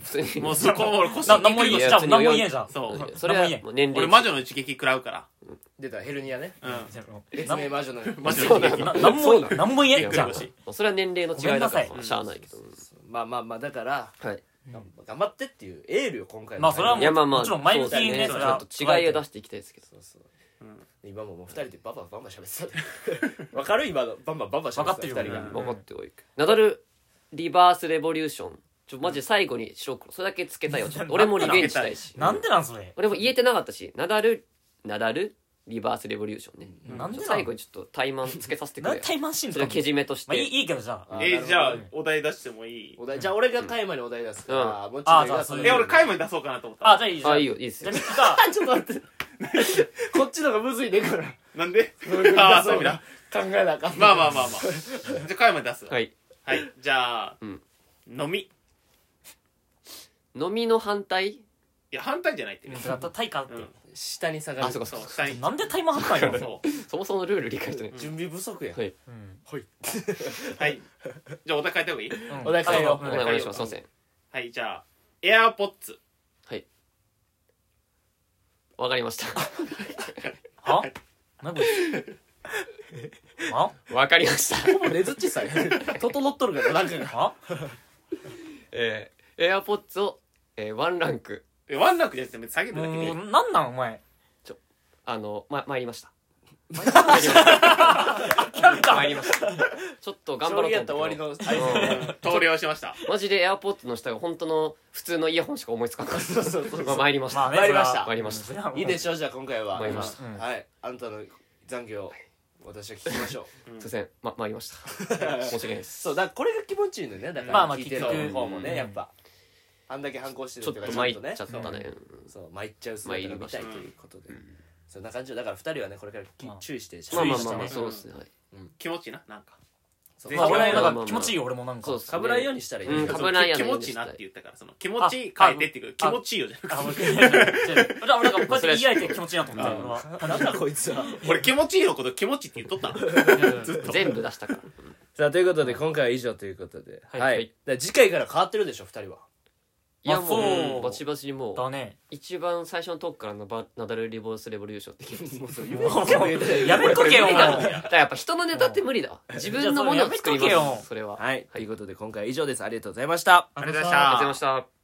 Speaker 4: 普通に
Speaker 2: もうそこも俺腰
Speaker 3: な何も言え
Speaker 4: いや
Speaker 3: じゃん
Speaker 4: 別に
Speaker 3: 何も言えんじゃん
Speaker 2: そう
Speaker 4: いや *laughs* それはもう年齢
Speaker 2: 俺魔女の一撃食らうから
Speaker 1: 出たヘルニアね
Speaker 2: うん
Speaker 1: 別名魔女の
Speaker 2: 魔女
Speaker 4: そう
Speaker 2: の
Speaker 4: な
Speaker 2: 一撃
Speaker 4: の
Speaker 3: な何も
Speaker 4: そうなの
Speaker 3: 何も言えんじゃん
Speaker 2: びっくり腰
Speaker 4: それは年齢の違いだから
Speaker 3: ごめ
Speaker 4: ま
Speaker 3: んなさい
Speaker 4: あしゃあないけど
Speaker 1: まあまあまあだから
Speaker 4: はい
Speaker 1: 頑張ってっていうエールよ今回の
Speaker 3: まあそれはもう
Speaker 4: いやまあまあ
Speaker 3: もちろん前向き
Speaker 4: そう
Speaker 3: に
Speaker 4: です
Speaker 3: ね
Speaker 4: ち
Speaker 3: そ
Speaker 4: ょ
Speaker 3: れは
Speaker 4: っと違いを出していきたいですけど
Speaker 1: そうそう今ももう二人でバンバンバンバン喋ってたわかる今のバンバンバンバン喋
Speaker 3: わかっ
Speaker 1: ってて
Speaker 3: る
Speaker 1: た
Speaker 3: よ
Speaker 1: 二人が
Speaker 3: う
Speaker 4: 分
Speaker 3: ん
Speaker 4: かっておいてナダルリバースレボリューションちょマジで最後に白黒それだけつけたいよ
Speaker 3: *laughs*
Speaker 4: ちょっと俺もリベンジしたいし
Speaker 3: なんでなんそれ
Speaker 4: 俺も言えてなかったしナダルナダルリバースレボリューションね
Speaker 3: なんでなん
Speaker 4: 最後にちょっと怠慢つけさせてくれ
Speaker 3: 何
Speaker 4: よ
Speaker 3: タイマンシーン
Speaker 4: そ
Speaker 3: と
Speaker 4: れ
Speaker 3: か
Speaker 4: はけじめとし
Speaker 3: まあいい
Speaker 4: て
Speaker 3: いいけどじゃあ
Speaker 1: あー
Speaker 2: えじゃ
Speaker 1: な
Speaker 2: あ
Speaker 1: るほどね
Speaker 2: お題出してもいい
Speaker 1: お題じゃあ俺がカイマにお題出すか
Speaker 4: うん
Speaker 1: らもち
Speaker 3: あ
Speaker 1: ろ
Speaker 3: ー
Speaker 1: ん
Speaker 3: じゃあ
Speaker 1: が
Speaker 3: そ
Speaker 1: そ
Speaker 3: れ
Speaker 1: れ
Speaker 2: え
Speaker 1: で
Speaker 2: 俺カイマに出そうかなと思った
Speaker 3: あじゃあいいじゃん
Speaker 4: あいいよいいです
Speaker 3: じゃ
Speaker 4: よ
Speaker 3: あミッキー
Speaker 4: *laughs*
Speaker 3: が
Speaker 1: *laughs* ちょっと待ってこっちのがむずいねこれ
Speaker 2: なんであ
Speaker 1: あ
Speaker 2: *laughs* あそういう意味だ
Speaker 1: 考えなあかん
Speaker 2: まあまあまあまあじゃあカイマに出すわ
Speaker 4: はい
Speaker 2: はいじゃあ
Speaker 4: うん
Speaker 2: 飲みい
Speaker 4: 飲みの反対
Speaker 2: や反対じゃないってね
Speaker 3: だからタイかって
Speaker 2: うん
Speaker 1: 下に下が
Speaker 4: あ
Speaker 1: る
Speaker 4: そうか
Speaker 2: そ
Speaker 4: そううか
Speaker 2: 下に
Speaker 3: なんでタイマン張
Speaker 4: *laughs*
Speaker 3: ったんや
Speaker 2: そ
Speaker 3: ろ
Speaker 2: う
Speaker 4: そもそものルール理解してない
Speaker 1: 準備不足や
Speaker 4: はい
Speaker 1: ほい
Speaker 2: はいじゃあお題変えた方がいい
Speaker 1: お題変えよう
Speaker 4: お
Speaker 3: ん
Speaker 4: 願いしますすいません
Speaker 2: はいじゃあエアポッツ
Speaker 4: わかりました
Speaker 3: は何これは
Speaker 4: わかりました
Speaker 3: *laughs*
Speaker 1: ほぼねずっちさえ整っとるからなんかが
Speaker 4: *laughs*
Speaker 3: は
Speaker 4: えー、エアポッツを、えーワンランク *laughs*
Speaker 2: えワンランクじゃなくて下げるだけでいい
Speaker 3: もうなんなんお前
Speaker 4: あのま参りました参りましたちょっと頑張ろう
Speaker 1: やった
Speaker 4: と
Speaker 1: ら
Speaker 4: 思っ
Speaker 1: 終
Speaker 4: たけ
Speaker 1: わ
Speaker 4: ど
Speaker 1: りのあれですね
Speaker 2: 投了しました
Speaker 4: マジで AirPods の下が本当の普通のイヤホンしか思いつかなかっ
Speaker 1: そうそうそうそ
Speaker 4: たまあ
Speaker 1: う
Speaker 4: 参りました、
Speaker 1: ね参りました
Speaker 4: 参りました
Speaker 1: いいでしょうじゃあ今回は
Speaker 4: 参りました
Speaker 3: うん
Speaker 1: はいあんたの残業を私は聞きましょう
Speaker 4: すいませんま参りました申し訳ないです
Speaker 1: そうだからこれが気持ちいいのよねだか
Speaker 3: まあ
Speaker 1: ら
Speaker 3: まあ
Speaker 1: 聞いてる
Speaker 3: 結局
Speaker 1: 方も
Speaker 3: う
Speaker 1: ね
Speaker 3: ん
Speaker 1: やっぱあんだけ反抗してる
Speaker 4: ちょっ
Speaker 1: 時は
Speaker 4: と参っちゃっ
Speaker 1: ちょっとね
Speaker 4: たね、
Speaker 1: そう参っちゃう姿が見たい
Speaker 4: 参
Speaker 1: と
Speaker 2: りまし
Speaker 1: い
Speaker 2: た
Speaker 1: うことでそんな感じでだから二人はねこれからき
Speaker 3: まあ
Speaker 1: 注意して
Speaker 4: まあまあ
Speaker 3: 注意し
Speaker 4: ま
Speaker 3: て
Speaker 4: あ
Speaker 3: ね
Speaker 4: まあそうですね、はい
Speaker 2: 気持ちいいななんか
Speaker 1: そう
Speaker 3: まあ俺
Speaker 1: ま
Speaker 3: な
Speaker 1: あ
Speaker 3: ん
Speaker 4: まあ
Speaker 3: か気持ちいいよ俺もなんか
Speaker 4: そうっす
Speaker 1: かぶらんようにしたらいい
Speaker 4: うん
Speaker 1: けど
Speaker 4: 被らんやつ
Speaker 2: 気
Speaker 4: ね
Speaker 2: 持ちいいなって言ったからその気持ちいい変えてっていうか
Speaker 3: あ
Speaker 2: 気持ちいいよじゃなくて
Speaker 3: あもう違う違う違う俺は俺がこ
Speaker 4: *laughs*
Speaker 3: うやって言い合えて気持ちいいなと思った
Speaker 1: あ
Speaker 3: 俺は
Speaker 1: なんだこいつは
Speaker 2: 俺気持ちいいのこと気持ちいいって言っとったの
Speaker 4: 全部出したから
Speaker 1: さあということで今回は以上ということでは
Speaker 3: はいい
Speaker 1: だから次回から変わってるでしょ二人はい
Speaker 4: や
Speaker 3: まあそう
Speaker 4: もうバチバチにもう
Speaker 3: だね
Speaker 4: 一番最初のトークからのバナダル・リボルス・レボリューションって聞いて
Speaker 1: もうそう夢を全部言ってたよ
Speaker 3: やめとけよもう
Speaker 4: だからやっぱ人のネタって無理だわ自分のものを作り
Speaker 3: じゃあそれやめとけ
Speaker 4: ま
Speaker 3: よ
Speaker 4: すそれはあり
Speaker 1: はいということで今回は以上ですありがとうございました
Speaker 3: あ
Speaker 2: あ
Speaker 3: り
Speaker 2: り
Speaker 3: が
Speaker 2: がと
Speaker 3: と
Speaker 2: う
Speaker 3: う
Speaker 2: ご
Speaker 3: ご
Speaker 2: ざ
Speaker 3: ざ
Speaker 2: い
Speaker 3: い
Speaker 2: ま
Speaker 3: ま
Speaker 2: し
Speaker 3: した
Speaker 4: がとうございました